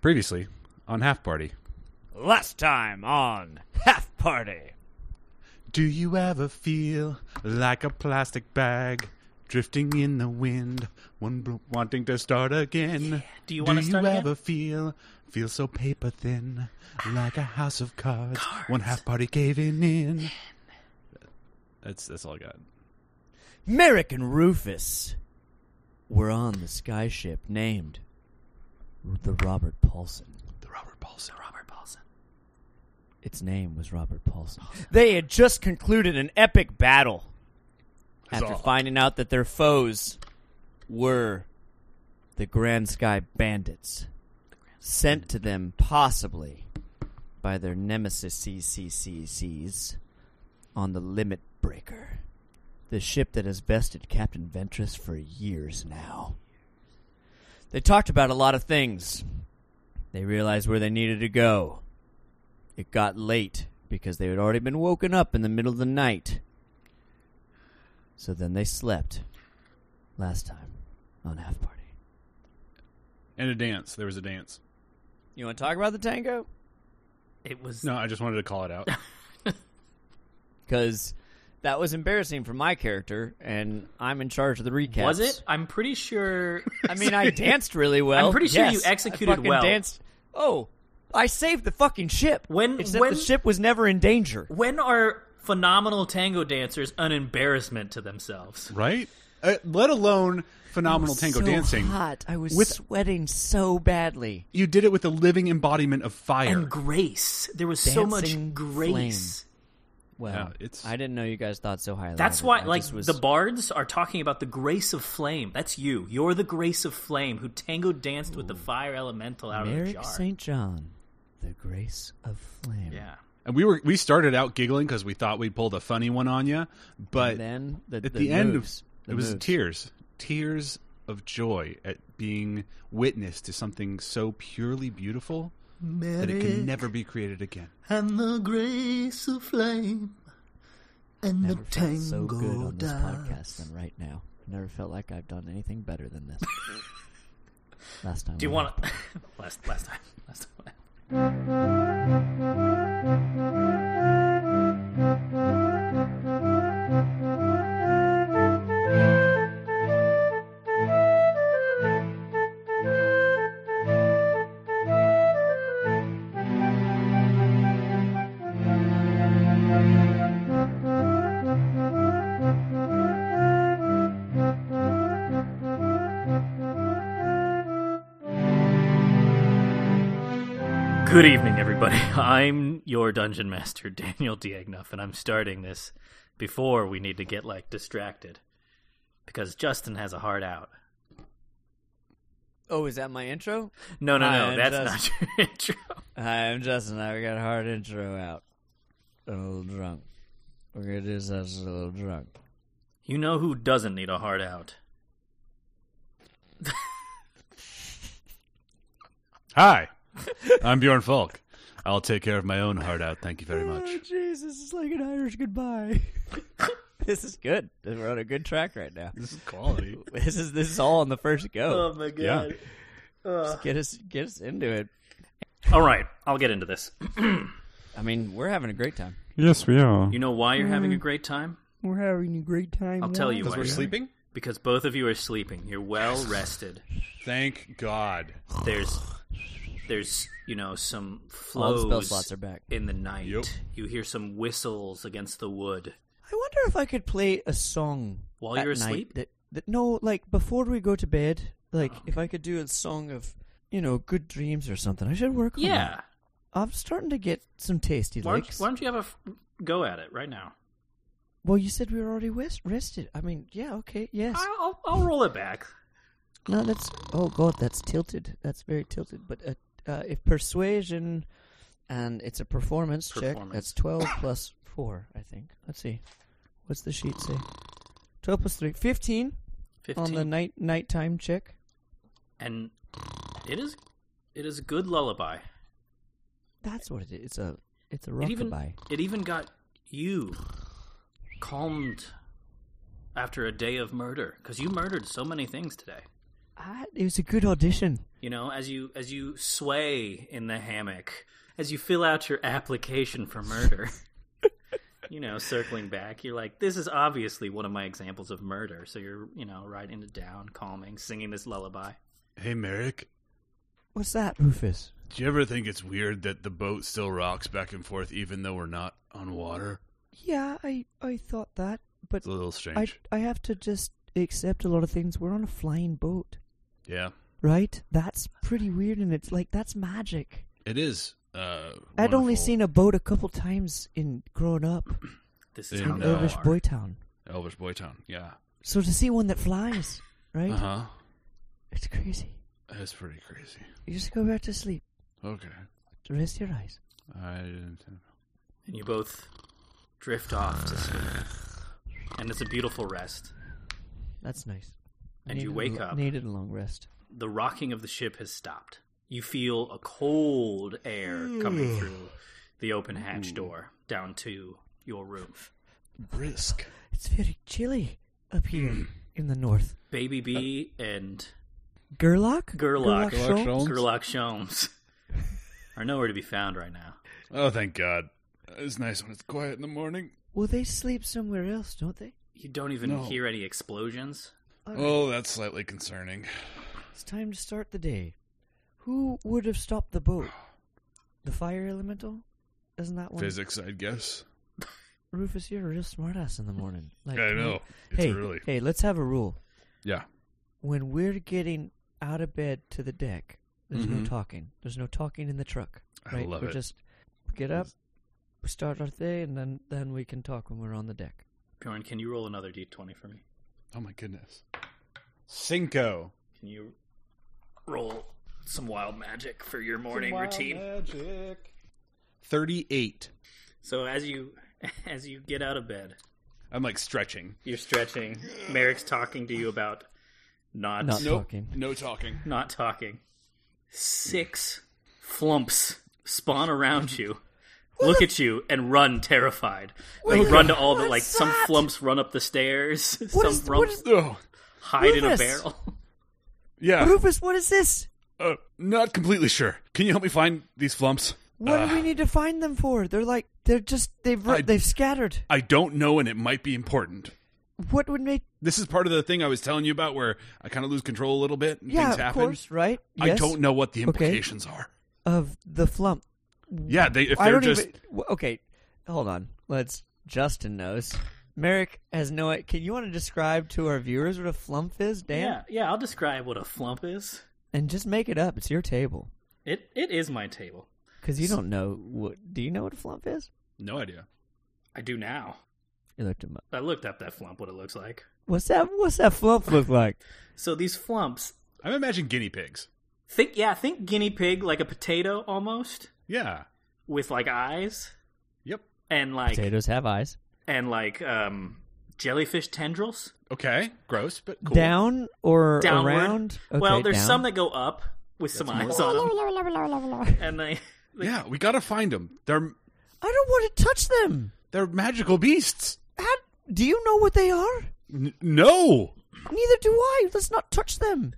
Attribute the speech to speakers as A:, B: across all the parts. A: Previously on Half Party.
B: Last time on Half Party.
A: Do you ever feel like a plastic bag drifting in the wind, one bl- wanting to start again?
C: Do you wanna start again?
A: ever feel feel so paper thin, like a house of cards, one half party caving in? That's that's all I got.
B: Merrick and Rufus were on the skyship named the Robert Paulson.
A: The Robert Paulson. Robert Paulson.
B: Its name was Robert Paulson. They had just concluded an epic battle after finding out that their foes were the Grand Sky Bandits, sent to them possibly by their nemesis CCCCs on the Limit Breaker, the ship that has bested Captain Ventress for years now. They talked about a lot of things. They realized where they needed to go. It got late because they had already been woken up in the middle of the night. So then they slept. Last time on Half Party.
A: And a dance. There was a dance.
B: You want to talk about the tango?
C: It was
A: No, I just wanted to call it out.
B: Because that was embarrassing for my character, and I'm in charge of the recap.
C: was it? I'm pretty sure.
B: I mean, I danced really well.
C: I'm pretty sure
B: Yes,
C: you executed
B: I fucking
C: well.
B: Danced. Oh, I saved the fucking ship.
C: When-
B: except
C: when-
B: the ship was never in danger.
C: when are phenomenal tango dancers an embarrassment to themselves?
A: right? Uh, let alone phenomenal tango
B: so
A: dancing.
B: Hot. I was
A: With-
B: sweating so badly.
A: You did it with a living embodiment of fire.
C: And grace. There was so
B: Dancing
C: much grace.
B: Well,
A: Yeah, it's-
B: I didn't know you guys thought so highly.
C: That's
B: of it.
C: why,
B: I
C: like,
B: just was...
C: the bards are talking about the grace of flame. That's you. You're the grace of flame who tango danced with the fire elemental out of the
B: Merrick
C: jar.
B: St. John, the grace of flame.
C: yeah.
A: And we were we started out giggling because we thought we pulled a funny one on you, but
B: And then the,
A: at the, end
B: moves,
A: it
B: the
A: was
B: moves.
A: tears, tears of joy at being witness to something so purely beautiful that it can never be created again.
D: and the grace of flame and
B: Never
D: the
B: felt
D: tango
B: so good on this
D: dance.
B: podcast than right now. Never felt like I've done anything better than this. Last time.
C: Do you
B: I-
C: want to last last time? Last time. Good evening, everybody. I'm your dungeon master, Daniel Diagnuff, and I'm starting this before we need to get like distracted because Justin has a heart out.
B: Oh, is that my intro?
C: No, no,
B: I
C: no,
B: am
C: that's not your intro.
B: Hi, I'm Justin. I've got a hard intro out. I'm a little drunk. We're gonna do this a little drunk.
C: You know who doesn't need a heart out?
A: Hi, I'm Bjorn Falk. I'll take care of my own heart out. Thank you very much.
B: Oh, Jesus, it's like an Irish goodbye. this is good. We're on a good track right now.
A: This is quality.
B: This is this is all on the first go.
C: my
A: Yeah.
B: Just get us get us into it.
C: All right, I'll get into this.
B: I mean, we're having a great time.
A: Yes, we are.
C: You know why you're
B: Hmm.
C: having a great time?
B: We're having a great time.
C: I'll tell you why.
A: Because we're
C: you're-
A: sleeping.
C: Because both of you are sleeping. You're well rested.
A: Thank God.
C: there's there's you know some
B: All the
C: flows
B: spell slots are back.
C: in the night.
A: Yep.
C: You hear some whistles against the wood.
B: I wonder if I could play a song
C: While
B: at
C: you're
B: night
C: asleep? Oh.
B: That, that no, like before we go to bed. Like if I could do a song of you know good dreams or something. I should work on that.
C: Yeah,
B: I'm starting to get some tasty
C: why don't,
B: licks.
C: why don't you have a f- go at it right now?
B: Well, you said we were already west- rested. I mean, yeah, okay, yes.
C: I'll, I'll I'll roll it back.
B: No, that's oh god, that's tilted. That's very tilted. But uh, uh, if persuasion and it's a performance, check.
C: Performance.
B: That's twelve plus four, I think. Let's see, what's the sheet say? Twelve plus three, fifteen. on
C: Fifteen,
B: the night nighttime check.
C: and it is it is a good lullaby.
B: That's what it is. It's a it's a
C: It even
B: rockabye.
C: it even got you calmed after a day of murder because you murdered so many things today.
B: I, it was a good audition.
C: You know, as you as you sway in the hammock, as you fill out your application for murder. you know, circling back, you're like, this is obviously one of my examples of murder. So you're, you know, riding it down, calming, singing this lullaby.
A: Hey, Merrick,
B: What's that, Rufus?
A: do you ever think it's weird that the boat still rocks back and forth even though we're not on water?
B: Yeah, I I thought that, but
A: It's a little
B: I
A: strange.
B: I have to just accept a lot of things. We're on a flying boat,
A: Yeah,
B: right? That's pretty weird, and it's like that's magic.
A: it is. Uh,
B: I'd only
A: wonderful.
B: seen a boat a couple times in growing up
C: This is
A: In,
C: how
B: in
C: they
A: uh,
B: Elvish
C: are.
B: Boytown.
A: Elvish Boytown. Yeah.
B: So to see one that flies, right?
C: Uh-huh.
A: Uh huh.
B: It's crazy.
A: That's pretty crazy.
B: You just go back to sleep.
A: Okay.
B: Rest your eyes.
A: I didn't.
C: and you both drift off to sleep. And it's a beautiful rest.
B: That's nice.
C: And you wake
B: a,
C: up.
B: Needed a long rest.
C: The rocking of the ship has stopped. You feel a cold air coming through the open hatch door down to your room.
A: Brisk.
B: It's very chilly up here
C: Hmm.
B: in the north.
C: Baby Bee and
B: Gerlach?
C: Gerlach.
B: Gerlach Shoal?
C: Gerlach Sholmes are nowhere to be found right now.
A: Oh, thank God. It's nice when it's quiet in the morning.
B: Well, they sleep somewhere else, don't they?
C: You don't even
A: No.
C: hear any explosions.
A: Oh, that's slightly concerning.
B: It's time to start the day. Who would have stopped the boat? The fire elemental? Isn't that one?
A: Physics, I guess.
B: Rufus, you're a real smartass in the morning. Like,
A: I
B: can we-
A: know. It's
B: hey,
A: early.
B: hey, let's have a rule.
A: Yeah.
B: When we're getting out of bed to the deck, there's no
A: Mhm.
B: talking. There's no talking in the truck.
A: I
B: Right?
A: love
B: we
A: it.
B: just get up, we start our thing, and then then we can talk when we're on the deck.
C: Bjorn, can you roll another d20 for me?
A: Oh my goodness. Cinco.
C: Can you roll some wild magic for your morning routine?
A: Magic. Thirty-eight.
C: So as you as you get out of bed,
A: I'm like stretching.
C: you're stretching. Merrick's talking to you about not
B: Not
C: not,
A: Nope.
B: talking.
A: No talking.
C: talking. Six flumps spawn around you. Look at you and run terrified. They
B: What the-
C: run to all the
B: what's
C: like some
B: that?
C: flumps run up the stairs,
B: What
C: some
B: is-
C: flumps
B: what is-
A: Oh,
C: hide in a
B: Rufus!
C: barrel.
A: yeah.
B: Rufus, what is this?
A: Uh, not completely sure. Can you help me find these flumps?
B: What
A: Uh,
B: do we need to find them for? They're like they're just they've
A: I-
B: they've scattered.
A: I don't know, and it might be important.
B: What would make
A: This is part of the thing I was telling you about, where I kind of lose control a little bit and
B: yeah
A: things
B: of
A: happen.
B: course right?
A: I
B: Yes.
A: don't know what the
B: Okay.
A: implications are.
B: of the flump.
A: Yeah, they if
B: I
A: they're
B: don't
A: just
B: even. w- Okay, hold on. Let's. Justin knows. Merrick has no. Can you want to describe to our viewers what a flump is, Dan?
C: Yeah, yeah, I'll describe what a flump is.
B: And just make it up. It's your table
C: It it is my table.
B: because you don't know what. Do you know what a flump is?
A: no idea.
C: I do now.
B: You looked him up.
C: I looked up that flump, what it looks like.
B: What's that? What's that flump look like?
C: So these flumps,
A: I'm imagining guinea pigs.
C: think yeah, think guinea pig like a potato almost
A: Yeah.
C: with like eyes
A: Yep.
C: and like
B: Potatoes have eyes.
C: and like um jellyfish tendrils
A: Okay. Gross, but cool.
B: Down or
C: downward.
B: around? Okay,
C: well, there's
B: down.
C: some that go up with some eyes on them, and they
A: Yeah, we gotta find them. They're
B: I don't want to touch them.
A: they're magical beasts.
B: How, do you know what they are?
A: N- no.
B: Neither do I. Let's not touch them.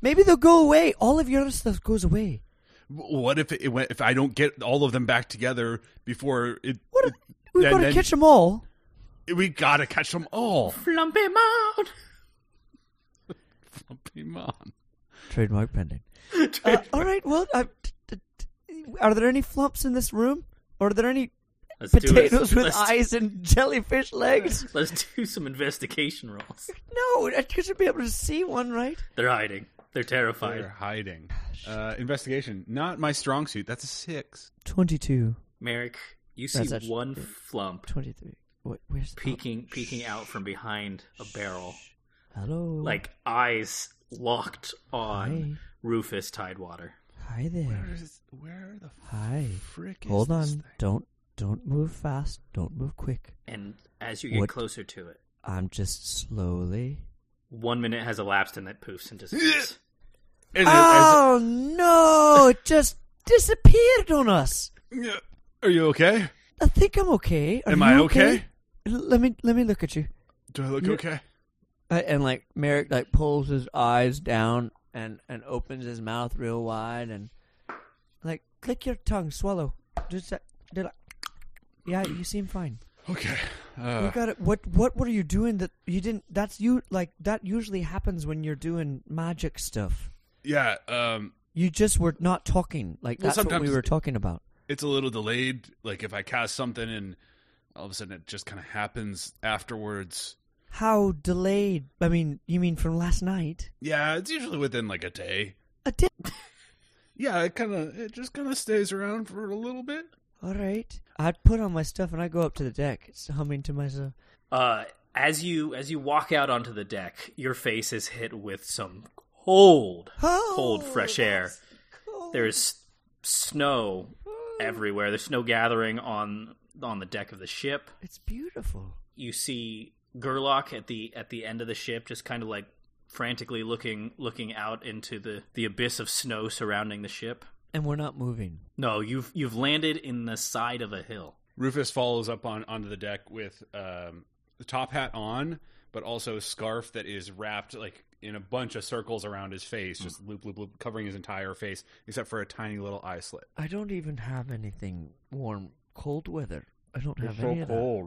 B: Maybe they'll go away. All of your other stuff goes away.
A: What if it went, if I don't get all of them back together before it?
B: What?
A: it-
B: If, we've
A: then-
B: got to
A: then
B: catch them all.
A: We gotta catch them all.
C: flump him out.
A: Come on.
B: Trademark pending. Uh, all right. Well, uh, t- t- t- are there any flumps in this room? Or are there any
C: Let's do it.
B: potatoes with
C: Let's-
B: eyes and jellyfish legs?
C: Let's do some investigation rolls.
B: No, I should be able to see one, right?
C: They're hiding. They're terrified.
A: They're hiding. Uh, investigation, not my strong suit. That's a six.
B: 22,
C: Merrick, you see
B: That's actually-
C: one flump
B: 23. What, where's the- oh,
C: peeking peeking out from behind a barrel,
B: Hello.
C: like eyes locked on
B: Hi.
C: Rufus Tidewater.
B: Hi there.
A: is where the
B: Hi.
A: frick is
B: Hold on.
A: this thing?
B: Don't don't move fast. Don't move quick.
C: And as you get
B: What?
C: closer to it,
B: I'm just slowly.
C: one minute has elapsed and it poofs and disappears.
A: Is it-
B: Oh no! It just disappeared on us.
A: is it- are you okay?
B: I think I'm okay. Are
A: Am
B: you
A: I okay?
B: L- let me let me look at you.
A: Do I look
B: You-
A: okay?
B: Uh, And like Merrick like pulls his eyes down and and opens his mouth real wide and like click your tongue, swallow. Just that- they're like, yeah, you seem fine.
A: Okay.
B: you
A: Uh,
B: got it. What what what are you doing that you didn't? That's you like that usually happens when you're doing magic stuff.
A: yeah. Um,
B: You just were not talking. Like
A: Well,
B: that's what we
A: sometimes-
B: were talking about.
A: it's a little delayed. Like if I cast something and all of a sudden it just kind of happens afterwards.
B: How delayed? I mean, you mean from last night?
A: Yeah, it's usually within like a day.
B: A day.
A: Yeah, it kind of it just kind of stays around for a little bit.
B: All right. I put on my stuff and I go up to the deck. It's humming to myself.
C: Uh, as you as you walk out onto the deck, your face is hit with some cold, cold
B: Oh,
C: fresh air. There's snow everywhere. There's snow gathering on on the deck of the ship.
B: It's beautiful.
C: You see Gerlach at the at the end of the ship, just kind of like frantically looking looking out into the the abyss of snow surrounding the ship.
B: And we're not moving.
C: No, you've you've landed in the side of a hill.
A: Rufus follows up on onto the deck with um, the top hat on, but also a scarf that is wrapped like in a bunch of circles around his face, just loop loop loop, covering his entire face except for a tiny little eye slit.
B: I don't even have anything warm. Cold weather. I don't have any of that.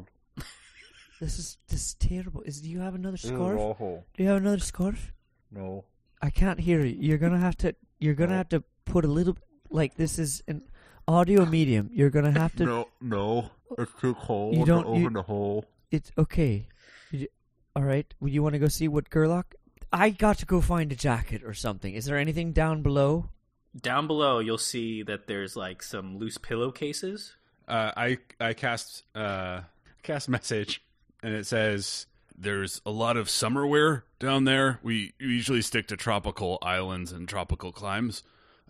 B: This is this is terrible. Is do you have another scarf?
E: awful.
B: Do you have another scarf?
E: No.
B: I can't hear you. You're gonna have to. You're gonna have to put a little. Like this is an audio medium. You're gonna have to.
E: No, no. It's too cold
B: You don't-
E: to open
B: you-
E: the hole.
B: It's okay. You- all right. Would you want to go see what Gerlach? I got to go find a jacket or something. Is there anything down below?
C: Down below, you'll see that there's like some loose pillowcases.
A: Uh, I I cast uh, cast message, and it says there's a lot of summer wear down there. We usually stick to tropical islands and tropical climes.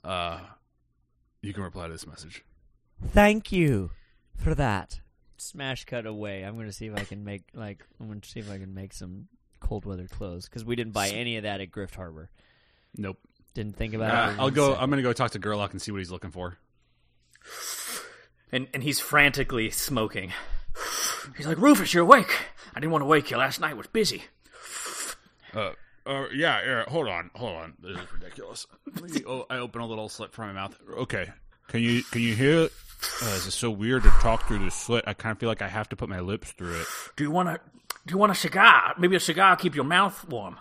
A: Uh, you can reply to this message.
B: Thank you for that. Smash cut away. I'm gonna see if I can make like I'm gonna see if I can make some cold weather clothes because we didn't buy any of that at Grift Harbor.
A: Nope.
B: Didn't think about it.
A: Uh,
B: for
A: I'll
B: one
A: go.
B: second.
A: I'm gonna go talk to Gerlach and see what he's looking for.
C: and and he's frantically smoking. He's like, Rufus, you're awake. I didn't want to wake you. Last night was busy.
A: Uh, uh, yeah, yeah. Hold on, hold on. This is ridiculous. Let me- oh, I open a little slit from my mouth. Okay. Can you can you hear it? Uh, this is so weird to talk through this slit. I kind of feel like I have to put my lips through it.
C: Do you want to? Do you want a cigar? Maybe a cigar will keep your mouth warm.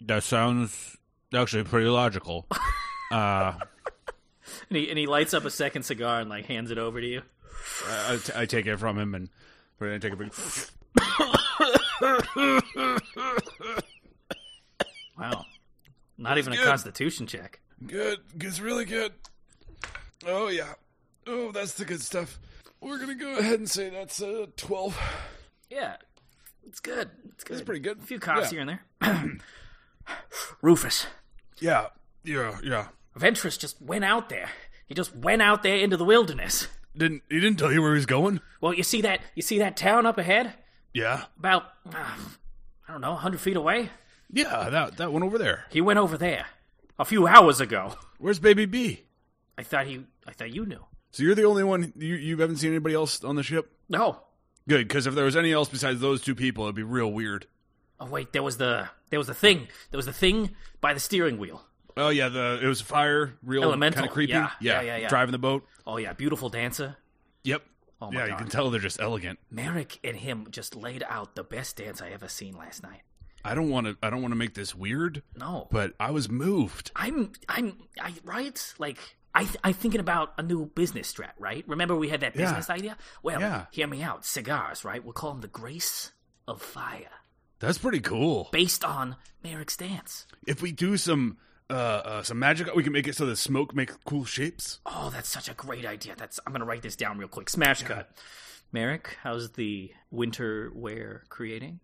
A: That sounds actually pretty logical. Uh,
C: And he and he lights up a second cigar and like hands it over to you.
A: I, I t- I take it from him and we're gonna take a big.
C: Wow, not even a constitution check.
A: Good. It's really good. Oh yeah. Oh, that's the good stuff. We're gonna go ahead and say that's a twelve.
C: Yeah, it's good. It's good. It's
A: pretty good.
C: A few coughs
A: Yeah.
C: here and there. Rufus,
A: Yeah. Yeah. Yeah.
C: Ventress just went out there. He just went out there into the wilderness.
A: Didn't he didn't tell you where he's going?
C: Well, you see that? You see that town up ahead?
A: Yeah.
C: About uh, I don't know, hundred feet away.
A: Yeah, that that one over there.
C: He went over there a few hours ago.
A: Where's baby B?
C: I thought he. I thought you knew.
A: So you're the only one you you haven't seen anybody else on the ship?
C: No.
A: Good, cuz if there was any else besides those two people, it'd be real weird.
C: Oh wait, there was the there was the thing. There was the thing by the steering wheel.
A: Oh yeah, the it was a fire, real
C: Elemental,
A: kind of creepy.
C: yeah, yeah, yeah, yeah.
A: Driving the boat.
C: Oh yeah, beautiful dancer.
A: Yep.
C: Oh my
A: yeah, you
C: God.
A: can tell they're just elegant.
C: Merrick and him just laid out the best dance I ever seen last night.
A: I don't want to I don't want to make this weird,
C: No,
A: but I was moved.
C: I'm I'm I right like. I th- I'm thinking about a new business strat, right? Remember we had that
A: Yeah.
C: business idea? Well,
A: Yeah.
C: hear me out. Cigars, right? We'll call them the Grace of Fire,
A: That's pretty cool.
C: based on Merrick's dance.
A: If we do some uh, uh some magic, we can make it so the smoke makes cool shapes.
C: Oh, that's such a great idea. That's I'm gonna write this down real quick. Smash cut. Merrick, how's the winter wear creating?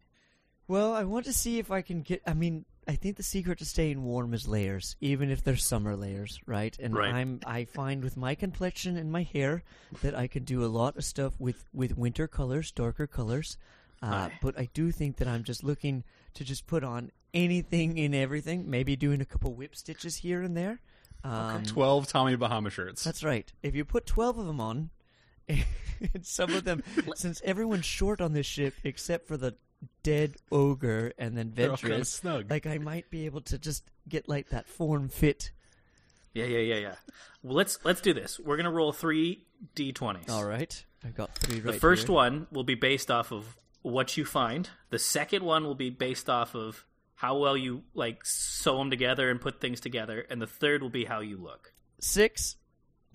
B: Well, I want to see if I can get. I mean, I think the secret to staying warm is layers, even if they're summer layers, right? And
C: Right.
B: I'm I find with my complexion and my hair that I can do a lot of stuff with with winter colors, darker colors. Uh,
C: Aye.
B: but I do think that I'm just looking to just put on anything and everything. Maybe doing a couple whip stitches here and there. Um,
A: 12 Tommy Bahama shirts.
B: that's right. If you put 12 of them on, and some of them, since everyone's short on this ship except for the dead ogre and then
A: They're all kinda
B: Ventress,
A: snug.
B: like I might be able to just get like that form fit.
C: Yeah, yeah, yeah, yeah. Well, let's let's do this. We're gonna roll three d20s.
B: All right, I've got three.
C: The
B: Right
C: first
B: here.
C: one will be based off of what you find. The second one will be based off of how well you like sew them together and put things together, and the third will be how you look.
B: six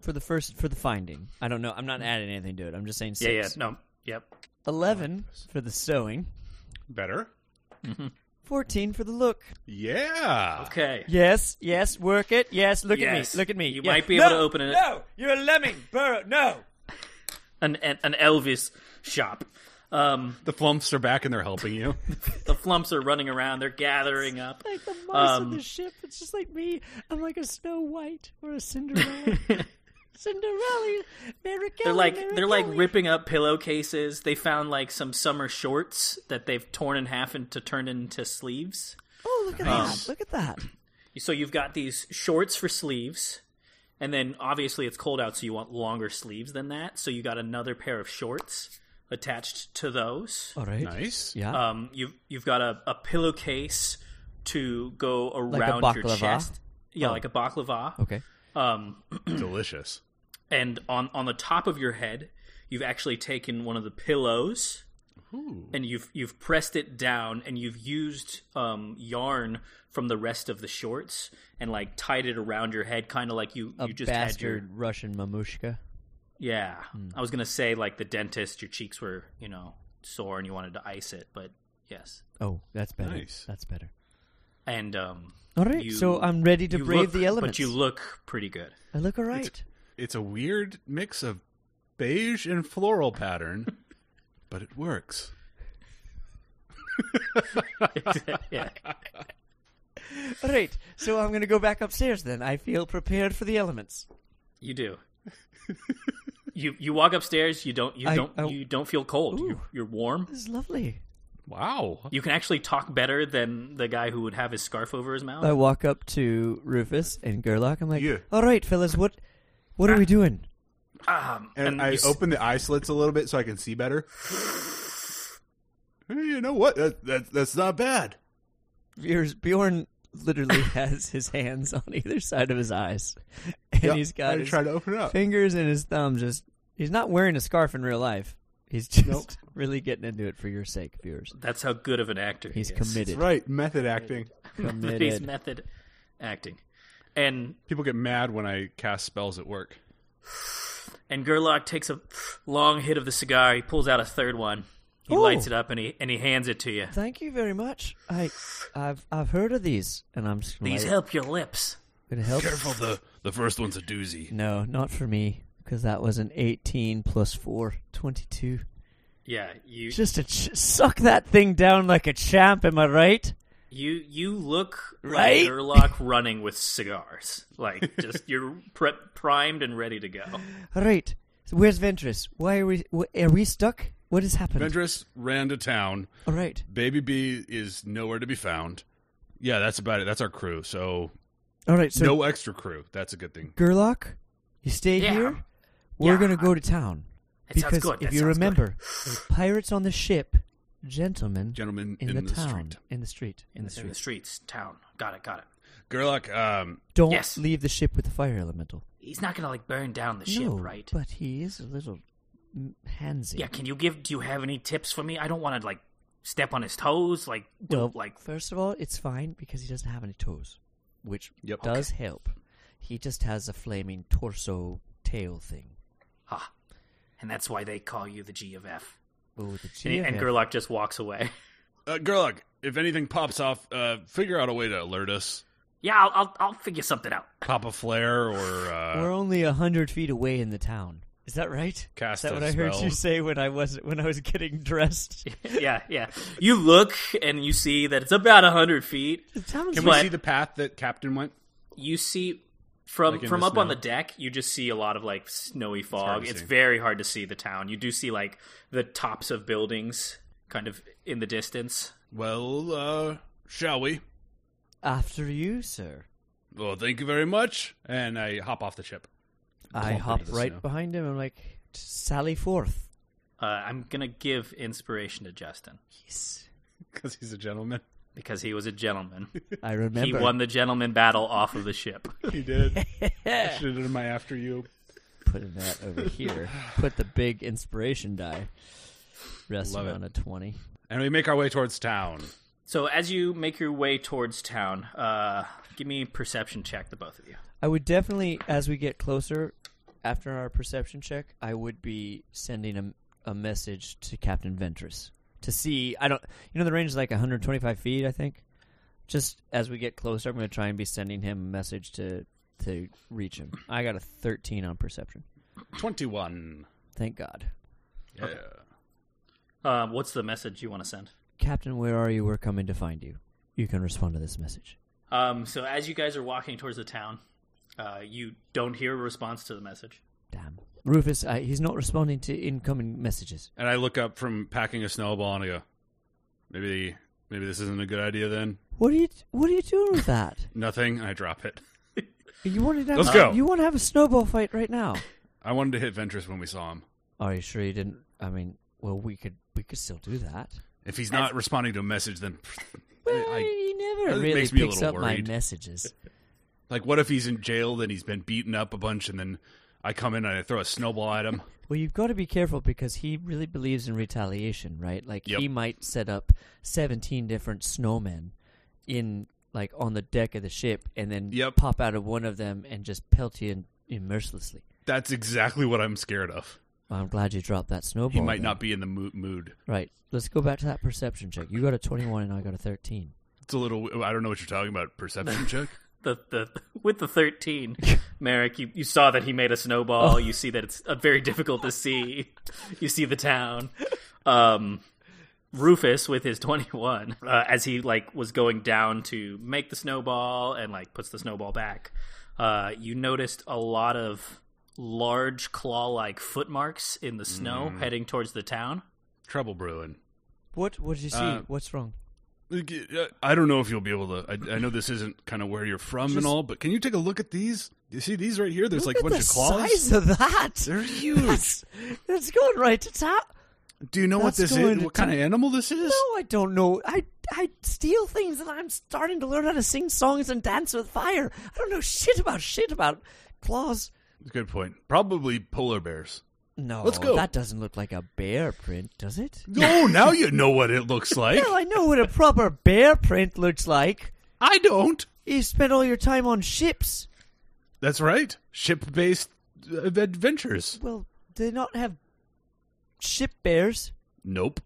B: for the first for the finding. I don't know. I'm not adding anything to it. I'm just saying six.
C: Yeah, yeah, no, yep.
B: Eleven for the sewing.
A: Better.
B: Fourteen for the look.
A: Yeah.
C: Okay.
B: Yes, yes, work it. Yes, look at
C: Yes.
B: me. Look at me.
C: You
B: Yeah.
C: might be
B: No,
C: able to open it.
B: No, you're a lemming, burrow. No.
C: An, an an Elvis shop. Um,
A: The flumps are back and they're helping you.
C: the flumps are running around. They're gathering up.
B: Like the mice
C: Um,
B: on the ship. It's just like me. I'm like a Snow White or a Cinderella. Cinderella, Mary
C: They're like they're like ripping up pillowcases. They found like some summer shorts that they've torn in half and to turn into sleeves.
B: Oh, look at that! Look at that!
C: So you've got these shorts for sleeves, and then obviously it's cold out, so you want longer sleeves than that. So you got another pair of shorts attached to those.
B: All right.
A: nice.
B: Yeah.
C: Um, you've you've got a, a pillowcase to go
B: a
C: around
B: baklava?
C: your
B: Oh.
C: chest. Yeah, like a baklava.
B: okay.
C: Um,
A: Delicious.
C: and on on the top of your head, you've actually taken one of the pillows, and you've you've pressed it down, and you've used um, yarn from the rest of the shorts and like tied it around your head, kind of like you
B: A
C: you just had
B: bastard Hmm.
C: your
B: Russian mamushka.
C: yeah. I was gonna say like the dentist, your cheeks were you know sore and you wanted to ice it, but yes,
B: Oh, that's better.
A: Nice.
B: That's better.
C: and um,
B: All right.
C: you-
B: so I'm ready to
C: you
B: brave
C: look-
B: the elements.
C: but you look pretty good.
B: I look all right.
A: It's a weird mix of beige and floral pattern, but it works.
C: yeah.
B: All right. So I'm going to go back upstairs then. I feel prepared for the elements.
C: You do. you you walk upstairs. You don't you
B: I-
C: don't
B: I-
C: you don't feel cold. You're,
B: Ooh.
C: you're warm.
B: This is lovely.
A: Wow.
C: You can actually talk better than the guy who would have his scarf over his mouth.
B: I walk up to Rufus and Gerlach. I'm like,
A: Yeah.
B: "All right, fellas, what what are we doing?"
C: um,
F: And, I
C: you s-
F: open the eye slits a little bit so I can see better.
A: Hey, you know what? That, that, that's not bad.
B: Bjorn- Bjorn literally has his hands on either side of his eyes, and
F: Yeah,
B: he's got
F: I
B: his
F: try to open it up.
B: fingers and his thumb. Just he's not wearing a scarf in real life. He's just
F: Nope.
B: really getting into it for your sake, viewers.
C: That's how good of an actor
B: He's
C: he is.
B: committed.
F: That's right, method acting.
B: Committed.
C: He's method acting, and
A: People get mad when I cast spells at work.
C: and Gerlach takes a long hit of the cigar. He pulls out a third one. He
B: Ooh.
C: lights it up and he and he hands it to you.
B: Thank you very much. I I've I've heard of these, and I'm just gonna
C: These
B: light-
C: help your lips.
B: gonna help.
A: Careful, Oh, the, the first one's a doozy.
B: No, not for me, because that was an 18 plus 4, 22.
C: Yeah, you
B: Just to ch- suck that thing down like a champ, am I right?
C: You you look
B: Right?
C: like Gerlach running with cigars. Like just you're pre- primed and ready to go.
B: All right. So where's Ventress? Why are we wh- are we stuck? What has happened?
A: Ventress ran to town.
B: All right.
A: Baby B is nowhere to be found. Yeah, that's about it. That's our crew. So,
B: All right. So
A: no extra crew. That's a good thing.
B: Gerlach, you stay
C: Yeah.
B: here. We're
C: Yeah.
B: gonna go to town
C: That sounds
B: because
C: good.
B: if
C: That
B: you
C: sounds
B: remember, there's pirates on the ship, gentlemen
A: Gentlemen
B: in,
A: in
B: the,
A: the
B: town,
A: street.
B: in the street, in the
C: good. in the
B: street.
C: streets, town. Got it, got it.
A: Gerlach, um,
B: Don't
C: Yes.
B: leave the ship with the fire elemental.
C: He's not gonna like burn down the ship,
B: no,
C: right?
B: But he is a little mm, handsy.
C: Yeah. Can you give? Do you have any tips for me? I don't want to like step on his toes. Like
B: Well,
C: don't like.
B: first of all, it's fine because he doesn't have any toes, which
A: Yep.
B: does help. He just has a flaming torso tail thing.
C: Ah, and that's why they call you the G of F.
B: Oh, the
C: And, and
B: GFF.
C: Gerlach just walks away.
A: uh, Gerlach, if anything pops off, uh, figure out a way to alert us.
C: yeah, I'll, I'll I'll figure something out.
A: Pop a flare or uh,
B: We're only a hundred feet away in the town. Is that right?
A: Cast
B: Is that
A: a
B: what I heard
A: spell.
B: you say when I was when I was getting dressed?
C: yeah, yeah. You look and you see that it's about a hundred feet.
B: The town's
A: Can
C: But-
A: we see the path that Captain went?
C: you see from
A: Like in
C: from
A: the
C: up on
A: snow?
C: the deck you just see a lot of like snowy
A: hard
C: fog
A: to
C: it's,
A: see.
C: very hard to see the town you do see like the tops of buildings kind of in the distance
A: Well, uh, shall we?
B: after you, sir.
A: Well, thank you very much. And I hop off the ship.
B: I
A: Clump
B: hop
A: into the
B: right
A: snow.
B: behind him. I'm like, sally forth.
C: uh, i'm gonna give inspiration to justin
B: Yes.
A: because he's a gentleman.
C: because he was a gentleman.
B: I remember.
C: He won the gentleman battle off of the ship.
A: He did. I should have done my after you.
B: Putting that over here. Put the big inspiration die. Resting
A: Love it.
B: on a twenty.
A: And we make our way towards town.
C: So as you make your way towards town, uh, give me a perception check, the both of you.
B: I would definitely, as we get closer, after our perception check, I would be sending a, a message to Captain Ventress to see. I don't, you know, the range is like 125 feet, I think. Just as we get closer, I'm going to try and be sending him a message to to reach him. I got a 13 on perception.
A: Twenty-one.
B: Thank God,
A: Yeah.
C: Uh, what's the message you want to send?
B: Captain. Where are you? We're coming to find you. You can respond to this message.
C: Um, so as you guys are walking towards the town, uh, you don't hear a response to the message.
B: Damn, Rufus. I, he's not responding to incoming messages.
A: And I look up from packing a snowball and I go, maybe maybe this isn't a good idea. Then
B: What are you? What are you doing with that?
A: nothing. And I drop it.
B: You wanted to have
A: Let's go.
B: You want to have a snowball fight right now?
A: I wanted to hit Ventress when we saw him.
B: Are Oh, you sure you didn't? I mean, well, we could we could still do that.
A: If he's not responding to a message, then I,
B: he
A: that
B: never really
A: makes me a
B: picks
A: little
B: up my
A: worried.
B: messages.
A: like, what if he's in jail and he's been beaten up a bunch, and then I come in and I throw a snowball at him?
B: Well, you've got to be careful because he really believes in retaliation, right? Like
A: Yep.
B: he might set up seventeen different snowmen in like on the deck of the ship, and then
A: Yep.
B: pop out of one of them and just pelt you in, in mercilessly.
A: That's exactly what I'm scared of.
B: Well, I'm glad you dropped that snowball.
A: He might
B: then.
A: not be in the mo- mood.
B: right. Let's go back to that perception check. You got a twenty-one, and I got a thirteen.
A: It's a little. I don't know what you're talking about. Perception check.
C: The, the with the thirteen, Merrick, you, you saw that he made a
A: Oh.
C: snowball. You see that it's uh, very difficult to see. You see the town. Um, Rufus with his twenty one, uh, as he like was going down to make the snowball and like puts the snowball back. Uh, you noticed a lot of large claw like footmarks in the snow
A: Mm.
C: heading towards the town.
A: Trouble brewing.
B: What? What did you see?
A: Uh,
B: What's wrong?
A: Like, uh, I don't know if you'll be able to. I, I know this isn't kind of where you're from and
B: Just-
A: all, but can you take a look at these? You see these right here? There's
B: Look
A: like a
B: at
A: bunch of
B: the
A: claws.
B: size of that.
A: They're huge.
B: That's, that's going right to top.
A: Do you know what
B: That's
A: this
B: going
A: is?
B: to
A: What kind of animal this is?
B: No, I don't know. I I steal things, and I'm starting to learn how to sing songs and dance with fire. I don't know shit about shit about claws.
A: Good point. Probably polar bears.
B: No,
A: Let's go.
B: That doesn't look like a bear print, does it?
A: No, now you know what it looks like.
B: Well, I know what a proper bear print looks like.
A: I don't.
B: You spent all your time on ships.
A: That's right. Ship-based uh, adventures.
B: Well, do they not have ship bears?
A: Nope.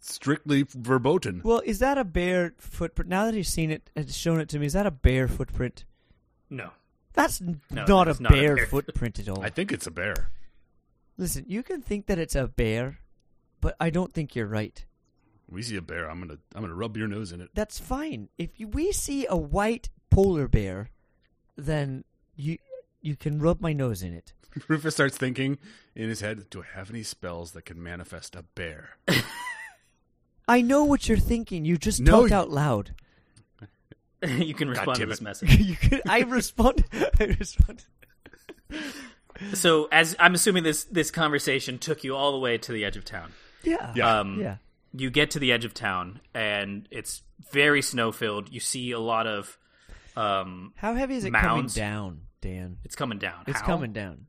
A: Strictly verboten.
B: Well, is that a bear footprint? Now that he's seen it and shown it to me, is that a bear footprint?
C: No,
B: That's n-
C: No,
B: not,
C: it's
B: a,
C: not a
B: bear
C: bear.
B: footprint at all.
A: I think it's a bear.
B: Listen, you can think that it's a bear, but I don't think you're right.
A: We see a bear. I'm gonna. I'm gonna rub your nose in it.
B: That's fine. If you, we see a white polar bear, then you you can rub my nose in it.
A: Rufus starts thinking in his head, do I have any spells that can manifest a bear?
B: I know what you're thinking. You just
A: No,
B: talked
A: you-
B: out loud.
C: you can respond to
A: damn
C: this
A: it.
C: message.
B: you could, I respond. I respond.
C: So as I'm assuming this this conversation took you all the way to the edge of town.
B: Yeah.
A: Yeah.
C: Um,
B: yeah.
C: You get to the edge of town and it's very snow filled. You see a lot of um
B: How heavy is it
C: mounds.
B: coming down, Dan?
C: it's coming down.
B: It's
C: How?
B: coming down.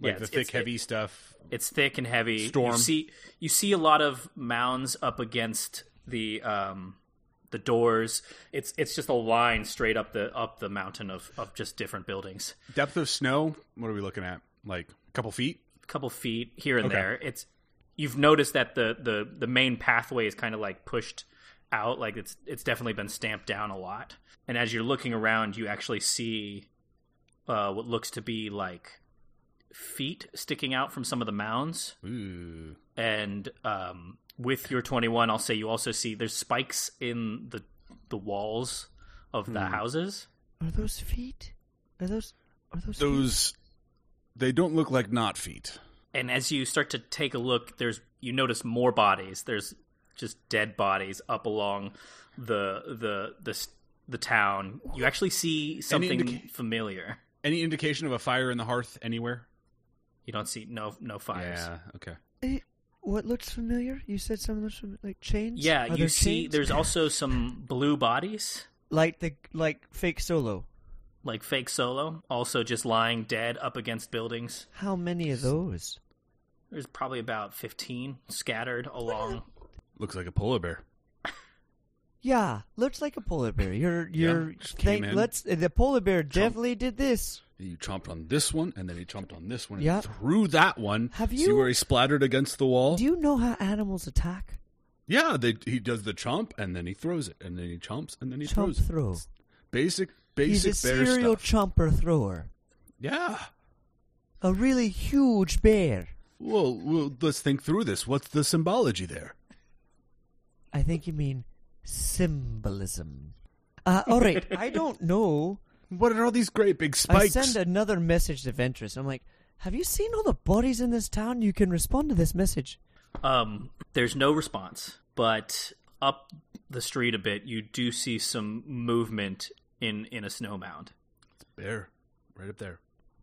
A: Like the
C: Yeah, it's-
A: thick,
C: it's-
A: heavy stuff.
C: It's thick and heavy.
A: Storm.
C: You see you see a lot of mounds up against the um the doors. It's it's just a line straight up the up the mountain of of just different buildings.
A: Depth of snow, what are we looking at? Like a couple feet?
C: couple feet here and
A: Okay.
C: there. It's you've noticed that the the the main pathway is kind of like pushed out, like it's it's definitely been stamped down a lot. And as you're looking around, you actually see uh, what looks to be like feet sticking out from some of the mounds.
A: Ooh.
C: And um, with your 21, I'll say you also see there's spikes in the the walls of the houses.
B: Are those feet? Are those? Are those? feet?
A: Those they don't look like not feet.
C: and as you start to take a look there's you notice more bodies there's just dead bodies up along the the the s- the town you actually see something
A: indica-
C: familiar
A: Any indication of a fire in the hearth anywhere?
C: you don't see no no fires
A: Yeah, okay.
B: Eh, what looks familiar? You said something looks familiar, like chains.
C: Yeah,
B: Are
C: you
B: there
C: see,
B: chains?
C: there's also some blue bodies,
B: like the like fake solo.
C: like fake solo, also just lying dead up against buildings.
B: How many of those?
C: There's probably about 15 scattered along.
A: Looks like a polar bear.
B: Yeah, looks like a polar bear. You're you're.
A: just came
B: think,
A: in.
B: let's. The polar bear definitely did this.
A: You chomped on this one, and then he chomped on this one, and
B: Yeah.
A: threw that one.
B: Have
A: see
B: you-
A: where he splattered against the wall?
B: Do you know how animals attack?
A: yeah, they, he does the chomp, and then he throws it, and then he chomps, and then he
B: Chomp
A: throws it.
B: throw.
A: It's Basic,
B: He's
A: basic
B: a
A: bear
B: serial
A: stuff.
B: chomper thrower.
A: yeah.
B: A really huge bear.
A: Well, well, let's think through this. What's the symbology there?
B: I think you mean symbolism. Uh, all right, I don't know.
A: What are all these great big
B: I
A: spikes?
B: send another message to Ventress. I'm like, have you seen all the bodies in this town? You can respond to this message.
C: Um, there's no response, but up the street a bit, you do see some movement in in a snow mound.
A: bear, right up there.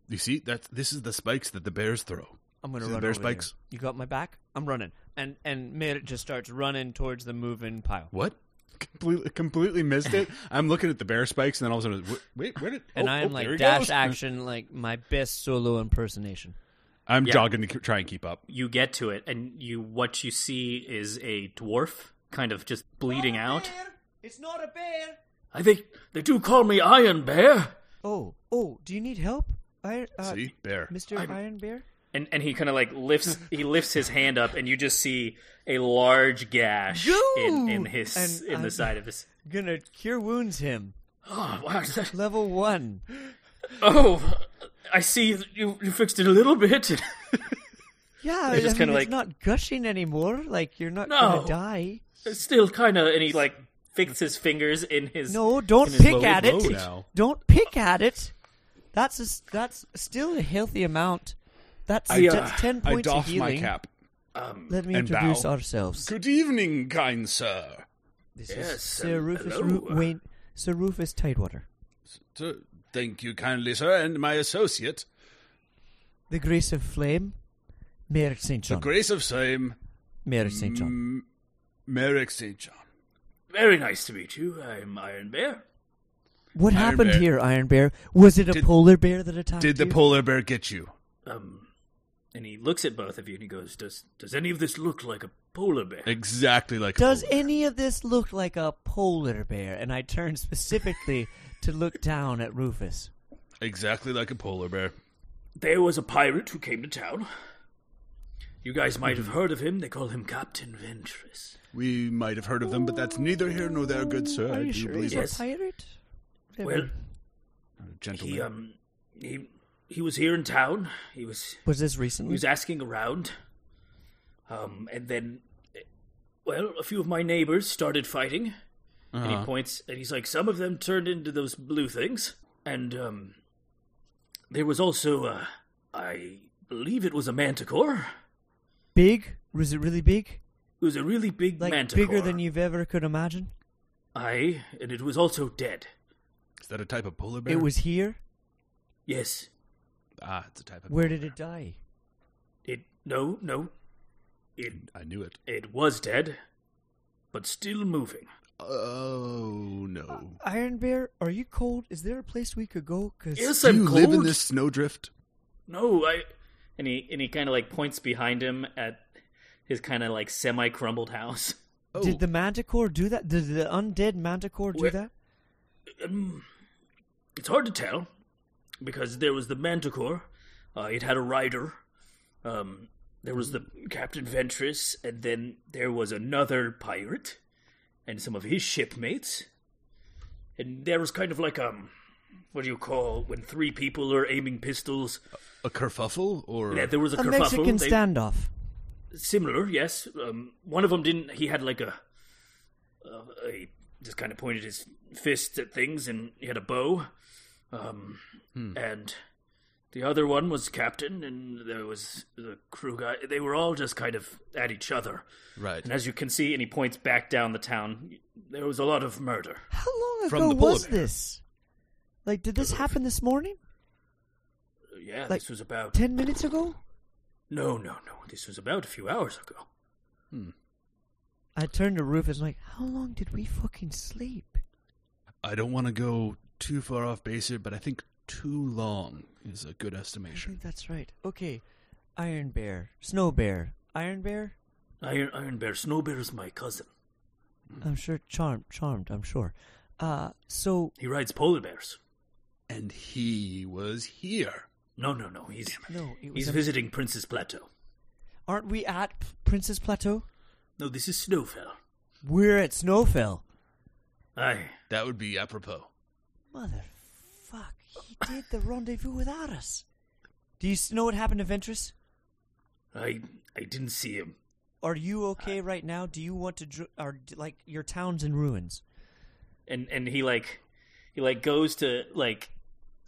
A: You see that's This is the spikes that the bears throw.
G: I'm gonna
A: See the
G: run.
A: bear
G: over there.
A: spikes?
G: You got my back. I'm running, and and Mir just starts running towards the moving pile.
A: What? Completely, completely missed it. I'm looking at the bear spikes, and then all of a sudden, wh- wait, where did?
G: And
A: oh,
G: I
A: oh,
G: am
A: there he
G: like dash
A: goes.
G: action, like my best solo impersonation.
A: I'm
C: Yeah.
A: jogging to k- try and keep up.
C: You get to it, and you what you see is a dwarf, kind of just bleeding out.
B: It's not a bear.
C: I think they do call me Iron Bear.
B: Oh, oh, do you need help? I, uh,
A: See, bear.
B: mister Iron Bear?
C: And and he kind of like lifts he lifts his hand up, and you just see a large gash in, in his
B: And
C: in the
B: I'm-
C: side of his.
B: Gonna cure wounds him.
C: Oh wow! is that-
B: Level one.
C: Oh, I see you you fixed it a little bit.
B: Yeah,
C: They're just
B: I mean,
C: kinda
B: it's
C: like-
B: not gushing anymore. Like, you're not
C: No.
B: gonna die.
C: It's still kind of, and he like flicks his fingers in his.
B: No, don't
C: in his
B: pick
C: low-
B: at
A: low
B: it.
A: now.
B: Don't pick at it. That's a s that's still a healthy amount. That's,
A: I, uh,
B: that's ten
A: I
B: points
A: doff
B: of healing.
A: my cap.
B: Let me
A: and
B: introduce
A: bow.
B: ourselves.
A: Good evening, kind sir.
B: This
C: Yes,
B: is Sir
C: um,
B: Rufus
C: hello.
B: Ru- Wayne. Sir Rufus Tidewater,
A: So, Thank you kindly, sir, and my associate,
B: the Grace of Flame, Merrick St.
A: the
B: John.
A: grace Mm, of same,
B: Merrick St. John.
A: M- Merrick St. John.
C: Very nice to meet you. I'm Iron Bear.
B: What
A: Iron
B: happened
A: Bear.
B: here, Iron Bear? Was it a
A: Did-
B: polar bear that attacked
A: Did the
B: you?
A: polar bear get you?
C: Um, and he looks at both of you and he goes, "Does does any of this look like a polar bear?"
A: Exactly like a
B: Does
A: polar bear.
B: any of this look like a polar bear? And I turn specifically to look down at Rufus.
A: exactly like a polar bear.
C: There was a pirate who came to town. You guys might have heard of him. They call him Captain Ventress.
A: We might have heard of them, but that's neither here nor there, good sir.
B: Are
A: I
B: you
A: do
B: sure
A: believe
B: he's
A: I'm
C: Yes.
B: a pirate?
C: Well,
A: a gentleman.
C: he um he he was here in town. He was
B: Was this
C: He
B: recently?
C: was asking around. Um, and then, eh, well, a few of my neighbors started fighting.
A: Uh-huh.
C: And he points, and he's like, some of them turned into those blue things. And, um, there was also, uh, I believe it was a manticore.
B: big? Was it really big?
C: It was a really big
B: Like
C: manticore.
B: bigger than you've ever could imagine?
C: Aye, and it was also dead.
A: Is that a type of polar bear?
B: It was here.
C: Yes.
A: Ah, it's a type of.
B: Where did it die?
C: It, no, no. It,
A: I knew it.
C: it was dead, but still moving.
A: Oh no!
B: Iron Bear, are you cold? Is there a place we could go? Cause
C: Yes,
A: Do
C: I'm
A: you
C: cold.
A: live in this snowdrift?
C: No, I. And he and he kind of like points behind him at his kind of like semi crumbled house.
B: did the Manticore do that? Did the undead Manticore do
C: Oh. Where-
B: that?
C: Um, it's hard to tell because there was the Manticore. Uh, it had a rider. Um, there was the Captain Ventress, and then there was another pirate and some of his shipmates. And there was kind of like um, what do you call when three people are aiming pistols?
A: a kerfuffle or
C: Yeah, there was a,
B: A
C: kerfuffle.
B: Mexican
C: They-
B: standoff.
C: similar, yes. Um, one of them didn't. He had like a, uh, he just kind of pointed his fist at things, and he had a bow. Um, And the other one was captain, and there was the crew guy. They were all just kind of at each other.
A: right
C: And as you can see, and he points back down the town. There was a lot of murder.
B: How long
A: From
B: ago
A: the polar
B: was
A: bear.
B: this? Like, did this happen this morning?
C: Yeah,
B: Like,
C: this was about
B: Ten minutes ago?
C: no, no, no. This was about a few hours ago.
B: I turned to Rufus and like, how long did we fucking sleep?
A: I don't want to go too far off base here, but I think too long is a good
B: I think
A: estimation.
B: that's right. Okay, Iron Bear, Snow Bear, Iron Bear.
C: Iron Iron Bear, Snow Bear is my cousin.
B: I'm sure charmed, charmed. I'm sure. Uh, so
C: He rides polar bears.
A: And he was here.
C: No, no, no. He's
B: no, it was.
C: he's
B: a-
C: visiting Princess Plateau.
B: aren't we at P- Princess Plateau?
C: No, this is Snowfell.
B: We're at Snowfell.
C: Aye.
A: That would be apropos.
B: Motherfuck, he did the rendezvous without us. Do you s- know what happened to Ventress?
C: I I didn't see him.
B: Are you okay right now? Do you want to? Dr- are d- like your town's in ruins?
C: And and he like he like goes to like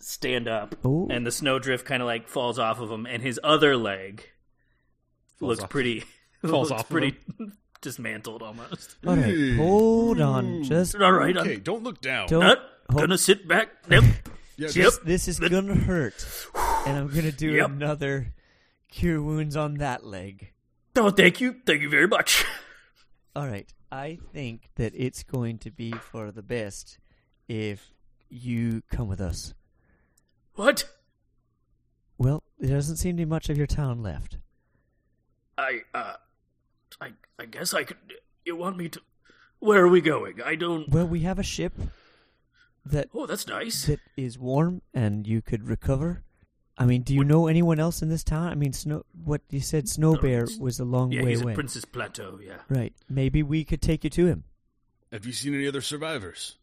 C: stand up
B: Ooh.
C: and the snowdrift kind of like falls off of him and his other leg looks
A: off.
C: pretty
A: Falls
C: looks
A: off of
C: pretty dismantled almost.
B: All right, hold on, just
C: All right.
A: Okay,
C: I'm
A: don't look down.
B: Don't-
C: not
B: hold-
C: gonna sit back. Nope.
A: Yeah,
C: Yep.
B: this is gonna hurt, and I'm gonna do
C: Yep.
B: another cure wounds on that leg.
C: No, thank you. Thank you very much.
B: All right, I think that it's going to be for the best if you come with us.
C: What?
B: Well, there doesn't seem to be much of your town left.
C: I uh I I guess I could you want me to Where are we going? I don't
B: Well, we have a ship that
C: Oh, that's nice.
B: that is warm and you could recover. I mean, do you know anyone else in this town? I mean, snow. What you said, Snow Bear was a long
C: Yeah,
B: way
C: he's
B: away.
C: at Princess Plateau, yeah.
B: Right. Maybe we could take you to him.
A: Have you seen any other survivors?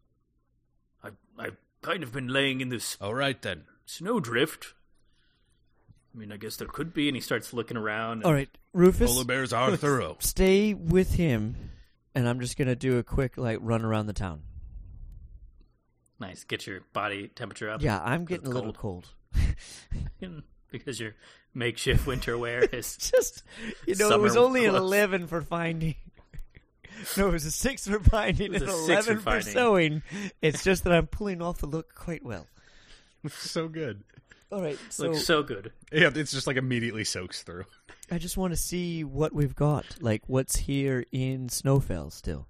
C: I I've kind of been laying in this
A: All right then.
C: snowdrift. I mean, I guess there could be and he starts looking around. and-
B: All right, Rufus.
A: Polar bears are thorough.
B: Stay with him, and I'm just gonna do a quick like run around the town.
C: Nice. Get your body temperature up.
B: Yeah, I'm getting a little cold.
C: because your makeshift winter wear is
B: Just you know, it
C: Summer
B: was only an
C: clothes.
B: eleven for finding. No, it was a six for finding
C: It was
B: and
C: a six for
B: eleven for
C: finding.
B: sewing. It's just that I'm pulling off the look quite well.
E: so good.
B: All right, so
C: looks so good.
E: Yeah, it's just like immediately soaks through.
B: I just want to see what we've got, like what's here in Snowfell still.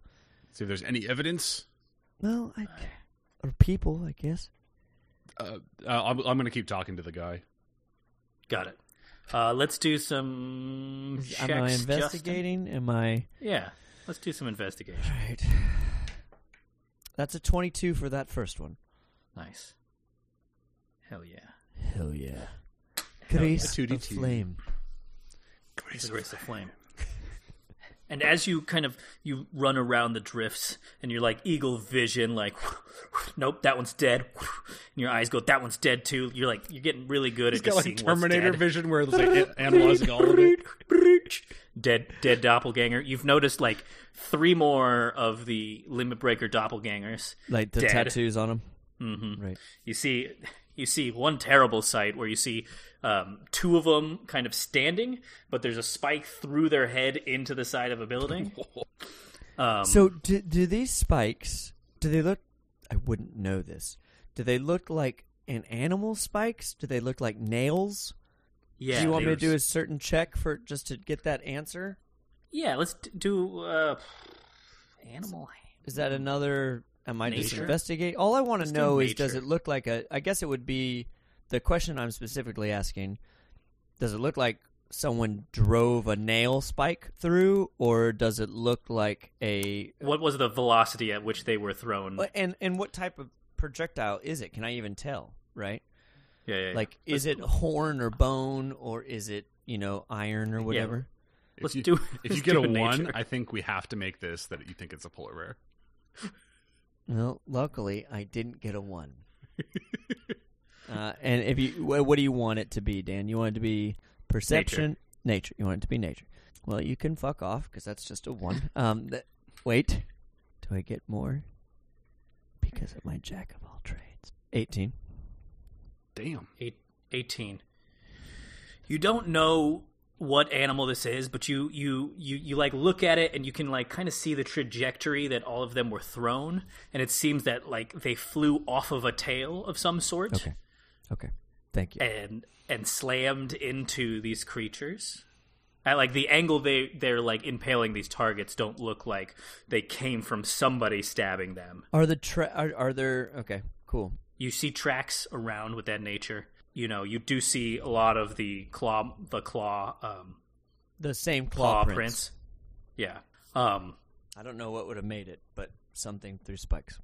A: See if there's any evidence.
B: Well, I, or people, I guess.
A: Uh, uh, I'm, I'm going to keep talking to the guy.
C: Got it. Uh, let's do some checks.
B: Am I
C: Justin.
B: investigating? Am I?
C: Yeah. Let's do some investigation.
B: All right. That's a twenty-two for that first one.
C: Nice. Hell yeah.
B: Hell yeah! Grace of
E: 2D2.
B: flame.
C: It's a race of flame. And as you kind of you run around the drifts and you're like eagle vision, like nope, that one's dead. And your eyes go, that one's dead too. You're like you're getting really good
E: He's
C: at
E: got
C: just
E: like
C: seeing what's
E: Terminator
C: dead.
E: vision where it's like a- analyzing all of it.
C: Dead, dead doppelganger. You've noticed like three more of the limit breaker doppelgangers.
B: Like the
C: Dead.
B: tattoos on him. Mm-hmm. Right.
C: You see, you see one terrible sight where you see um, two of them kind of standing, but there's a spike through their head into the side of a building. Um,
B: So do, do these spikes? Do they look? I wouldn't know this. Do they look like an animal spikes? Do they look like nails?
C: yeah,
B: do you want me to do a
C: there's-
B: certain check for just to get that answer?
C: Yeah, let's d- do uh, animal.
B: Is that another? Am I just
C: Nature?
B: investigate? All I want to
C: Let's do
B: know is, does it
C: nature.
B: look like a? I guess it would be the question I'm specifically asking. Does it look like someone drove a nail spike through, or does it look like a?
C: What was the velocity at which they were thrown?
B: And and what type of projectile is it? Can I even tell? Right?
C: Yeah, yeah, yeah.
B: Like, is it horn or bone, or is it you know iron or whatever?
A: If
C: Let's
A: you,
C: do-
A: If
C: let's
A: you get
C: do
A: a
C: a nature.
A: one, I think we have to make this that you think it's a polar bear.
B: Well, luckily I didn't get a one. uh, and if you, wha- what do you want it to be, Dan? You want it to be perception, nature. You want it to be nature. Well, you can fuck off because that's just a one. Um, th- wait, do I get more? Because of my jack of all trades, eighteen.
A: Damn.
C: Eight, 18 you don't know what animal this is but you you you you like look at it and you can like kind of see the trajectory that all of them were thrown and it seems that like they flew off of a tail of some sort
B: Okay, okay, thank you.
C: and and slammed into these creatures at like the angle they they're like impaling these targets don't look like they came from somebody stabbing them.
B: Are the tra- are, are there? Okay, cool.
C: You see tracks around with that nature. You know, you do see a lot of the claw the claw um
B: The same
C: claw,
B: claw,
C: prints. Yeah. Um
B: I don't know what would have made it, but something through spikes.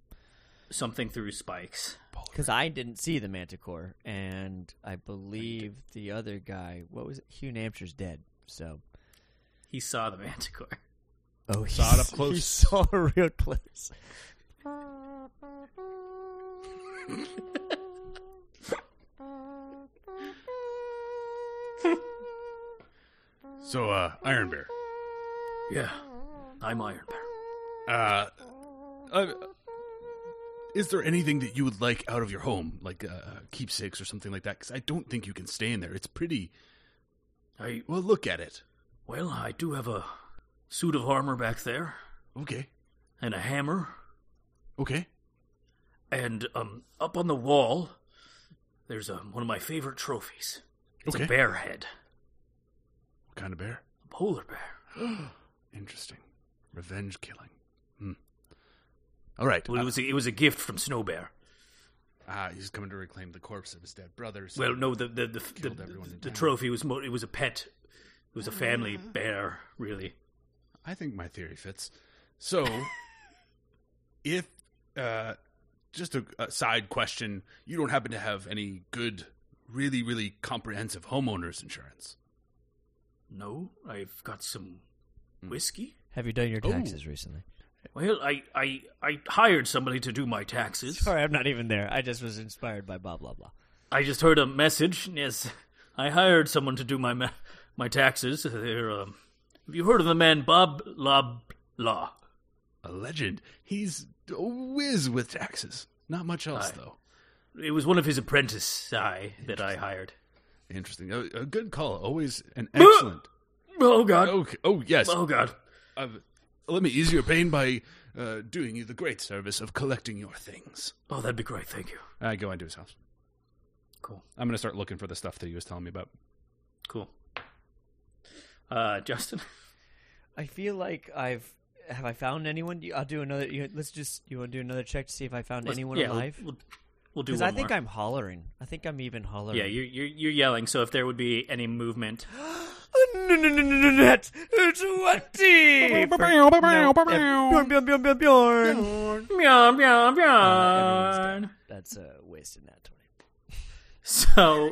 C: something through spikes.
B: Because I didn't see the Manticore, and I believe the other guy, what was it? Hugh Namsher's dead. So
C: He saw the manticore.
B: oh, he
A: Saw it up close.
B: He saw it real close.
A: So, uh, Iron Bear.
C: Yeah. I'm Iron Bear.
A: Uh, uh, is there anything that you would like out of your home, like uh, keepsakes or something like that? Because I don't think you can stay in there. It's pretty.
C: I
A: Well, look at it.
C: well, I do have a suit of armor back there
A: Okay,
C: and a hammer
A: okay.
C: and um up on the wall there's um, one of my favorite trophies. It's
A: Okay.
C: a bear head,
A: What kind of bear?
C: a polar bear.
A: Interesting. Revenge killing. Hmm. All right.
C: Well, it
A: Uh,
C: was a, it was a gift from Snow Bear.
A: ah, he's coming to reclaim the corpse of his dead brothers.
C: Well, no, the the the, the,
A: Killed everyone in
C: the
A: town.
C: trophy was mo- it was a pet. It was a family bear, really.
A: I think my theory fits. So, if uh, just a, a side question, you don't happen to have any good, really, really comprehensive homeowners insurance?
C: No, I've got some
A: Mm.
C: whiskey.
B: Have you done your
A: Ooh.
B: taxes recently?
C: Well, I, I I hired somebody to do my taxes.
B: Sorry, I'm not even there. I just was inspired by blah blah blah.
C: I just heard a message. Yes, I hired someone to do my ma- my taxes. They're, um, have you heard of the man Bob Lob La?
A: A legend. He's a whiz with taxes. Not much else,
C: Aye.
A: though.
C: It was one of his apprentices I, that I hired.
A: Interesting. A, a good call. Always an excellent.
C: Oh God! Oh,
A: okay. Oh yes.
C: God!
A: Uh, let me ease your pain by uh, doing you the great service of collecting your things.
C: Oh, that'd be great. Thank you.
A: I go into his house.
C: Cool.
A: I'm gonna start looking for the stuff that he was telling me about.
C: Cool. Uh, Justin.
B: I feel like I've have I found anyone? You- I'll do another. You, let's just you want to do another check to see if I found
C: Let's-
B: anyone
C: yeah, we'll-
B: alive?
C: We'll, we'll do
B: Because
C: one
B: I think
C: more.
B: I'm hollering. I think I'm even hollering.
C: Yeah, you're, you're you're yelling. So if there would be any movement,
B: Net twenty.
C: meow meow meow.
B: everyone's That's uh, wasting that twenty.
C: So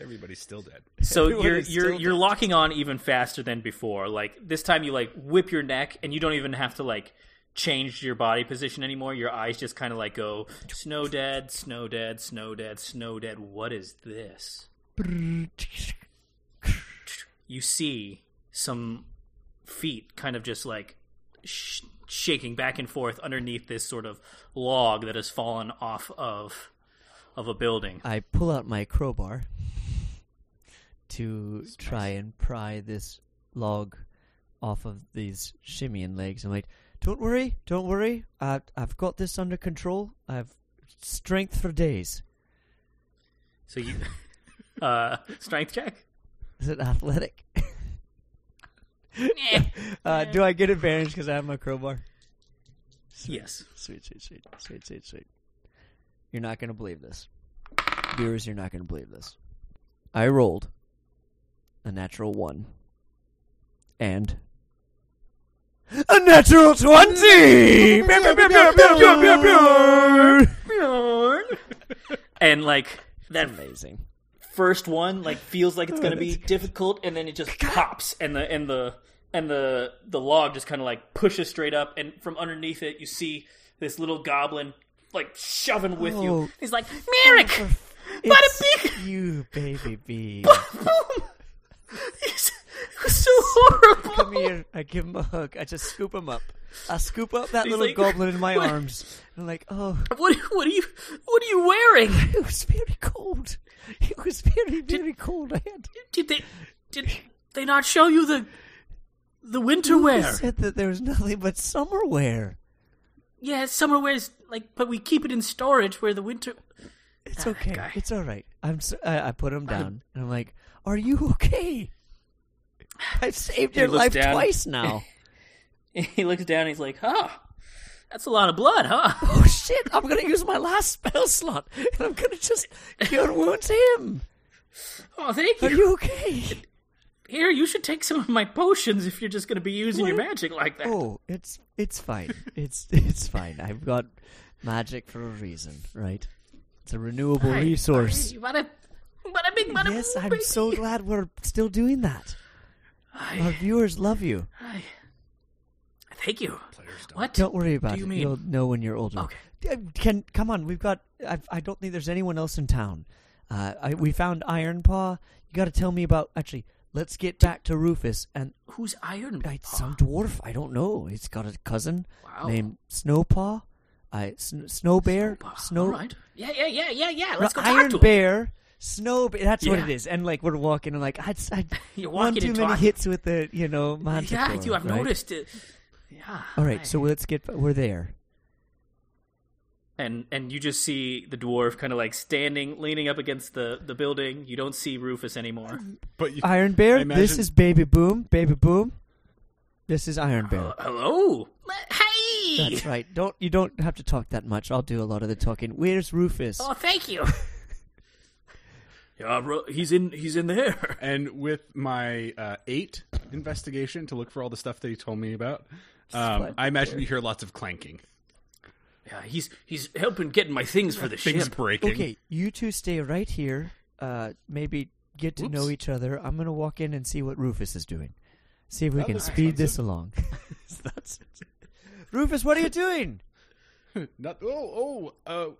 A: Everybody's still dead.
C: so
B: Everyone
C: you're
B: is
C: you're
B: still
C: you're locking on even faster than before. Like this time, you like whip your neck, and you don't even have to like change your body position anymore. Your eyes just kind of like go snow dead, snow dead, snow dead, snow dead. What is this? You see some feet kind of just like sh- shaking back and forth underneath this sort of log that has fallen off of of a building.
B: I pull out my crowbar to try and pry this log off of these shimmying legs. I'm like, don't worry, don't worry. I, I've got this under control. I've strength for days.
C: So you uh strength check?
B: Is it athletic? uh, do I get advantage because I have my crowbar?
C: Yes.
B: Sweet, sweet, sweet, sweet, sweet, sweet. You're not going to believe this. Viewers, you're not going to believe this. I rolled a natural one and a natural 20!
C: And like that
B: Amazing.
C: first one like feels like it's going to be difficult and then it just pops and the and the and the the log just kind of like pushes straight up and from underneath it you see this little goblin like shoving with
B: Oh.
C: you. He's like, "Merrick, what a big
B: It's you, baby bee.
C: boom." He's- It was so horrible.
B: Come here. I give him a hug. I just scoop him up. I scoop up that
C: He's
B: little
C: like,
B: goblin in my
C: "What?"
B: arms. And I'm like, oh,
C: What what are you what are you wearing?
B: it was very cold. It was very, very cold. I had
C: Did they did they not show you the the winter
B: They
C: wear?
B: said that there was nothing but summer wear.
C: Yeah, summer wear is like, but we keep it in storage where the winter.
B: It's
C: Ah,
B: okay.
C: guy.
B: It's all right. I'm. So, I, I put him down, and I'm like, "Are you okay?" I've saved
C: He
B: your
C: looks
B: life
C: down.
B: twice now.
C: He looks down. He's like, "Huh, that's a lot of blood, huh?"
B: oh shit! I'm gonna use my last spell slot, and I'm gonna just cure wounds him.
C: Oh, thank
B: Are
C: you.
B: you okay?
C: Here, you should take some of my potions if you're just going to be using your magic like that.
B: Oh, it's it's fine. It's it's fine. I've got magic for a reason, right? It's a renewable
C: Hey,
B: resource.
C: hey, bada- bada bing, bada
B: Yes,
C: boom,
B: I'm
C: bing.
B: so glad we're still doing that. Our
C: Hi,
B: viewers love you.
C: hi. Thank you. What?
B: Don't worry about
C: you
B: it.
C: mean?
B: You'll know when you're older.
C: Okay.
B: Uh, Can come on. We've got. I've, I don't think there's anyone else in town. Uh, I, we found Iron Paw. You got to tell me about. Actually, let's get back to Rufus and
C: Who's Iron
B: uh,
C: Man?
B: some dwarf. I don't know. He's got a cousin
C: Wow.
B: named Snowpaw. I Sn- Snow Bear. Snow.
C: All right. Yeah, yeah, yeah, yeah, yeah. Let's go
B: Ru-
C: talk
B: Iron
C: to him.
B: Bear. Snow Bear. That's what
C: Yeah.
B: it is. And like we're walking, and like I, I
C: You're
B: one
C: walking
B: too
C: and
B: many
C: talking.
B: hits with the you know manticore.
C: Yeah, you have
B: right? Oh.
C: noticed it. Yeah.
B: All right,
C: hi.
B: so let's get. We're there.
C: and and you just see the dwarf kind of like standing, leaning up against the the building. You don't see Rufus anymore.
A: But you,
B: Iron Bear.
A: I
B: This
A: imagine-
B: is Baby Boom. Baby Boom. This is Iron
C: Uh,
B: Bear.
C: Hello. Hey.
B: That's right. Don't you don't have to talk that much. I'll do a lot of the talking. Where's Rufus?
C: Oh, thank you. yeah, bro, he's in. He's in there.
A: and with my uh, eight investigation to look for all the stuff that he told me about, um, I imagine you hear lots of clanking.
C: Yeah, he's he's helping getting my things for the
A: Things
C: ship.
A: breaking.
B: Okay, you two stay right here. Uh, maybe get to know
A: Whoops.
B: each other. I'm gonna walk in and see what Rufus is doing. See if we
A: That
B: can
A: looks
B: speed this
A: expensive.
B: along. That's Rufus, what are you doing?
A: Not, oh, oh, uh,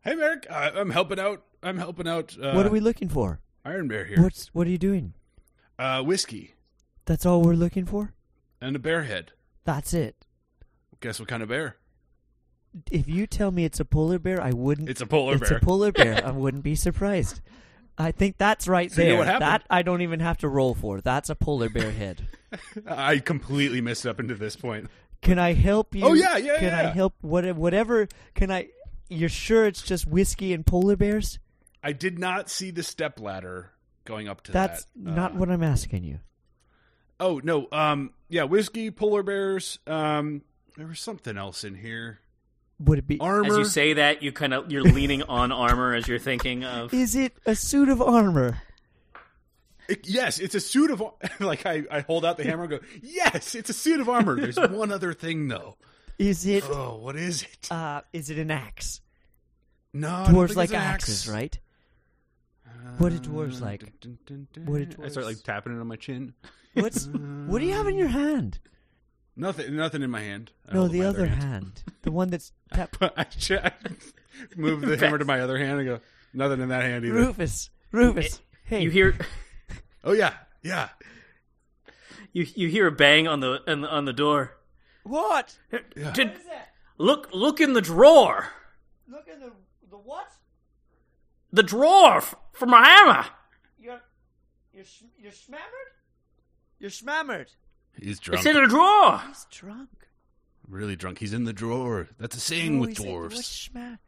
A: hey, Merrick, uh, I'm helping out. I'm helping out. Uh,
B: what are we looking for?
A: Iron Bear here.
B: What's what are you doing?
A: Uh, whiskey
B: That's all we're looking for.
A: and a bear head.
B: That's it.
A: Guess what kind of bear?
B: If you tell me it's a polar bear, I wouldn't.
A: It's a polar
B: it's
A: bear.
B: a polar bear. I wouldn't be surprised. I think that's right
A: you
B: there.
A: know what happened.
B: that I don't even have to roll for. That's a polar bear head.
A: I completely messed up into this point.
B: Can I help you?
A: Oh, yeah, yeah,
B: Can I
A: yeah.
B: help? What, whatever. Can I? You're sure it's just whiskey and polar bears?
A: I did not see the step ladder going up to
B: That's
A: that.
B: not
A: Uh,
B: what I'm asking you.
A: Oh no. Um. Yeah. Whiskey, polar bears. Um. There was something else in here.
B: Would it be?
A: Armor.
C: As you say that, you kind of you're leaning on armor as you're thinking of.
B: Is it a suit of armor?
A: It- yes, it's a suit of ar- like I, I hold out the hammer and go. Yes, it's a suit of armor. There's one other thing though.
B: Is it?
A: Oh, what is it?
B: Uh, is it an axe?
A: No, I don't think
B: Dwarves
A: it's
B: like
A: an
B: axes,
A: axe. Uh,
B: right? What do dwarves like?
A: Dun, dun, dun,
B: What do
A: dun.
B: dwarves-
A: I start like tapping it on my chin.
B: What's? what do you have in your hand?
A: Nothing, nothing in my hand. I
B: No,
A: hold
B: the
A: my
B: other hand, the one that's tap-
A: But I, ch- I move the hammer to my other hand and go. Nothing in that hand either.
B: Rufus. Rufus. Hey,
C: You hear
A: Oh yeah, yeah.
C: you you hear a bang on the on the, on the door.
B: what?
C: Did, look look in the drawer.
B: Look at the the what?
C: The drawer f- for my hammer.
B: You're you're sh- you're smammered. You're smammered.
H: He's
C: It's
H: drunk.
C: in a drawer.
B: He's drunk.
H: really drunk. He's in the drawer. That's a saying
B: No,
H: with
B: Oh, he's in-
H: dwarves.
B: what's schma-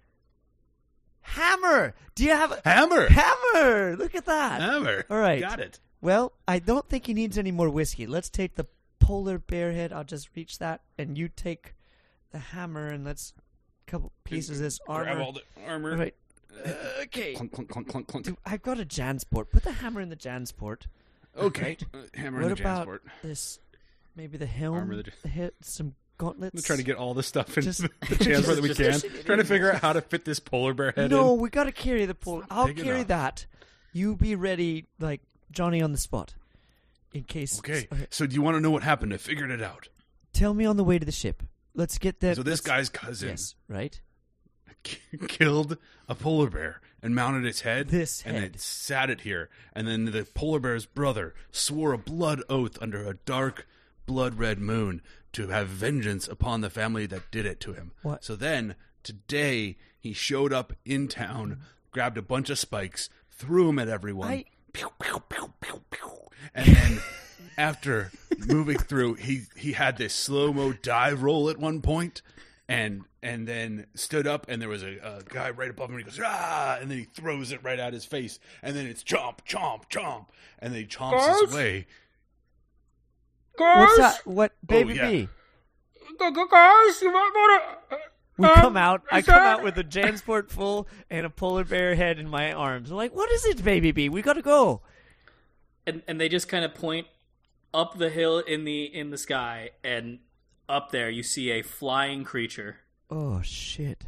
B: Hammer. Do you have a
H: Hammer.
B: hammer? Look at that.
H: Hammer.
B: All right.
H: Got it.
B: Well, I don't think he needs any more whiskey. Let's take the polar bear head. I'll just reach that, and you take the hammer, and let's couple pieces of this armor.
A: Grab all the armor.
B: All right.
A: Okay. Clunk, clunk, clunk, clunk, clunk.
B: Dude, I've got a Jansport. Put the hammer in the Jansport.
A: Okay. Uh, hammer
B: what
A: and a
B: about
A: Jansport.
B: this? Maybe the helm,
A: Armor of the-
B: the hit, some gauntlets.
A: I'm trying to get all the stuff in
B: Just-
A: the Jansport that we
C: just-
A: can.
C: just-
A: Trying to figure out how to fit this polar bear head
B: no,
A: in.
B: we got to carry the pole. I'll
A: big
B: carry
A: enough.
B: that. You be ready, like Johnny on the spot, in case.
A: Okay. So do you want to know what happened? I figured it out.
B: Tell me on the way to the ship. Let's get there.
A: So this
B: let's-
A: guy's cousin
B: Yes, right.
A: k- killed a polar bear and mounted its head.
B: This
A: And
B: head.
A: it sat it here. And then the polar bear's brother swore a blood oath under a dark blood red moon to have vengeance upon the family that did it to him.
B: What?
A: So then today he showed up in town, grabbed a bunch of spikes, threw them at everyone.
B: I-
A: Pew, pew, pew, pew, pew. And then after moving through, he he had this slow mo dive roll at one point, and and then stood up, and there was a, a guy right above him. And he goes ah, and then he throws it right at his face, and then it's chomp, chomp, chomp, and then he chomps his way.
B: What's that? What baby
A: Oh, yeah.
B: bee?
C: Guys, you might want to.
B: We
C: Um,
B: come out. I
C: is
B: come
C: that-
B: out with a Jansport full and a polar bear head in my arms. I'm like, what is it, baby bee? We gotta go.
C: and and they just kind of point up the hill in the in the sky and up there you see a flying creature
B: Oh shit!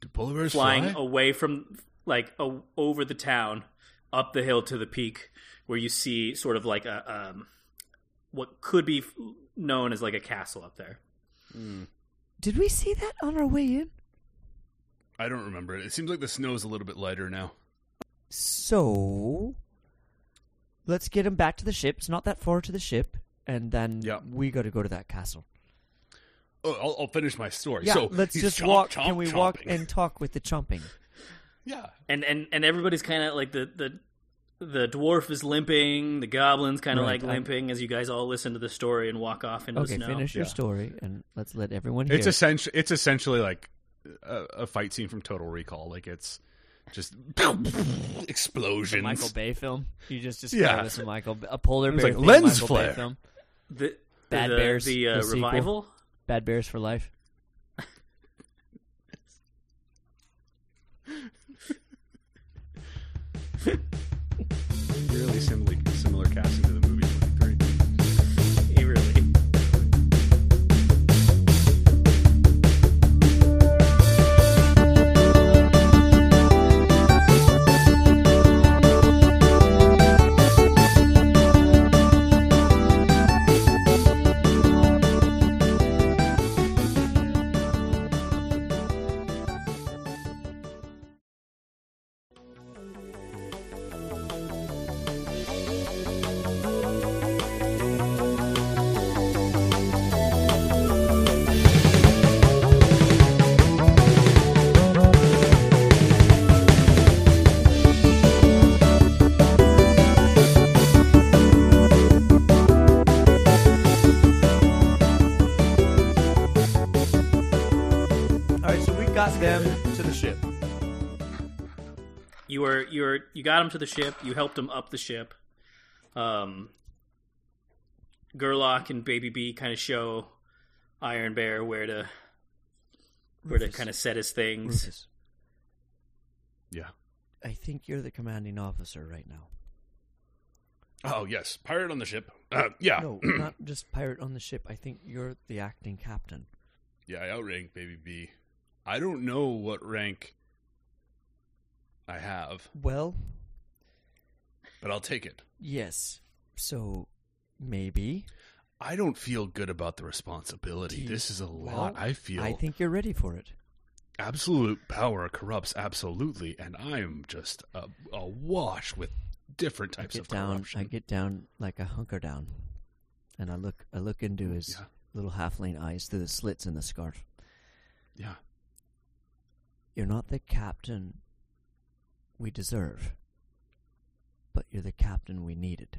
A: Do polar bears
C: flying
A: fly?
C: away from like o- over the town up the hill to the peak where you see sort of like a um what could be f- known as like a castle up there
B: Did we see that on our way in?
A: I don't remember it. It seems like the snow is a little bit lighter now.
B: So let's get him back to the ship. It's not that far to the ship, and then
A: Yeah.
B: we got to go to that castle.
A: Oh, I'll, I'll finish my story.
B: Yeah,
A: so
B: let's
A: he's
B: just
A: chomp,
B: walk.
A: chomp,
B: Can we walk
A: chomping.
B: and talk with the chomping?
A: yeah,
C: and and and everybody's kind of like the the the dwarf is limping the goblin's kind of
B: Right,
C: like
B: I'm-
C: limping as you guys all listen to the story and walk off into
B: Okay,
C: the snow
B: finish your
A: Yeah.
B: story, and let's let everyone hear.
A: it's essentially it's essentially like a, a fight scene from Total Recall. Like it's just explosions.
B: Michael Bay film. You just
A: described
B: described
A: Yeah.
B: this
A: this
B: a Michael a polar
A: It was
B: bear.
A: bear like themed lens Michael Bay flare.
B: film.
A: film.
C: the
B: Bad
C: the,
B: Bears,
C: the, uh,
B: the sequel.
C: revival
B: Bad bears for life.
A: really similar similar casting to the movie Twenty Three.
C: He really
B: All right, so we got them to the ship.
C: you were you were you got him to the ship. You helped him up the ship. Um, Gerlock and Baby B kind of show Iron Bear where to where to kind of set his things.
B: Rufus,
A: Yeah.
B: I think you're the commanding officer right now.
A: Oh yes, pirate on the ship. Uh, yeah,
B: No, not just pirate on the ship. I think you're the acting captain.
A: yeah. I outrank Baby B. I don't know what rank I have,
B: Well,
A: but I'll take it.
B: yes. So maybe
A: I don't feel good about the responsibility.
B: Do you-
A: This is a
B: well,
A: lot. I feel
B: I think you're ready for it.
A: absolute power corrupts absolutely, and I'm just a, a wash with different types
B: I
A: of
B: get down.
A: corruption.
B: I get down like a hunker down, and I look. I look into his
A: Yeah.
B: little halfling eyes through the slits in the scarf.
A: yeah,
B: You're not the captain we deserve, but you're the captain we needed.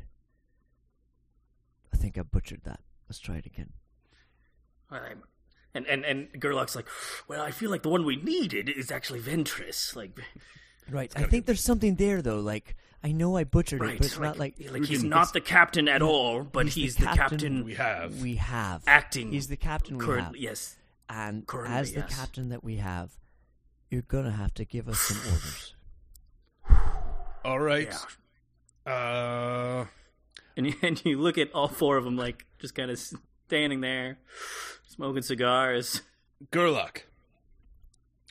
B: I think I butchered that. Let's try it again.
C: Um, and and and Gerlock's like, well, I feel like the one we needed is actually Ventress. Like,
B: Right. I think there's something there though. Like I know I butchered
C: right?
B: it, but it's not like
C: like he's not the captain at all, but he's, the, captain,
A: we have.
B: we have
C: acting
B: He's the captain we have.
C: currently. Yes,
B: And
C: Currently,
B: as the
C: yes.
B: captain that we have, you're gonna have to give us some orders.
A: All right.
C: Yeah.
A: Uh,
C: and you, and you look at all four of them like just kind of standing there smoking cigars
A: Gerlach,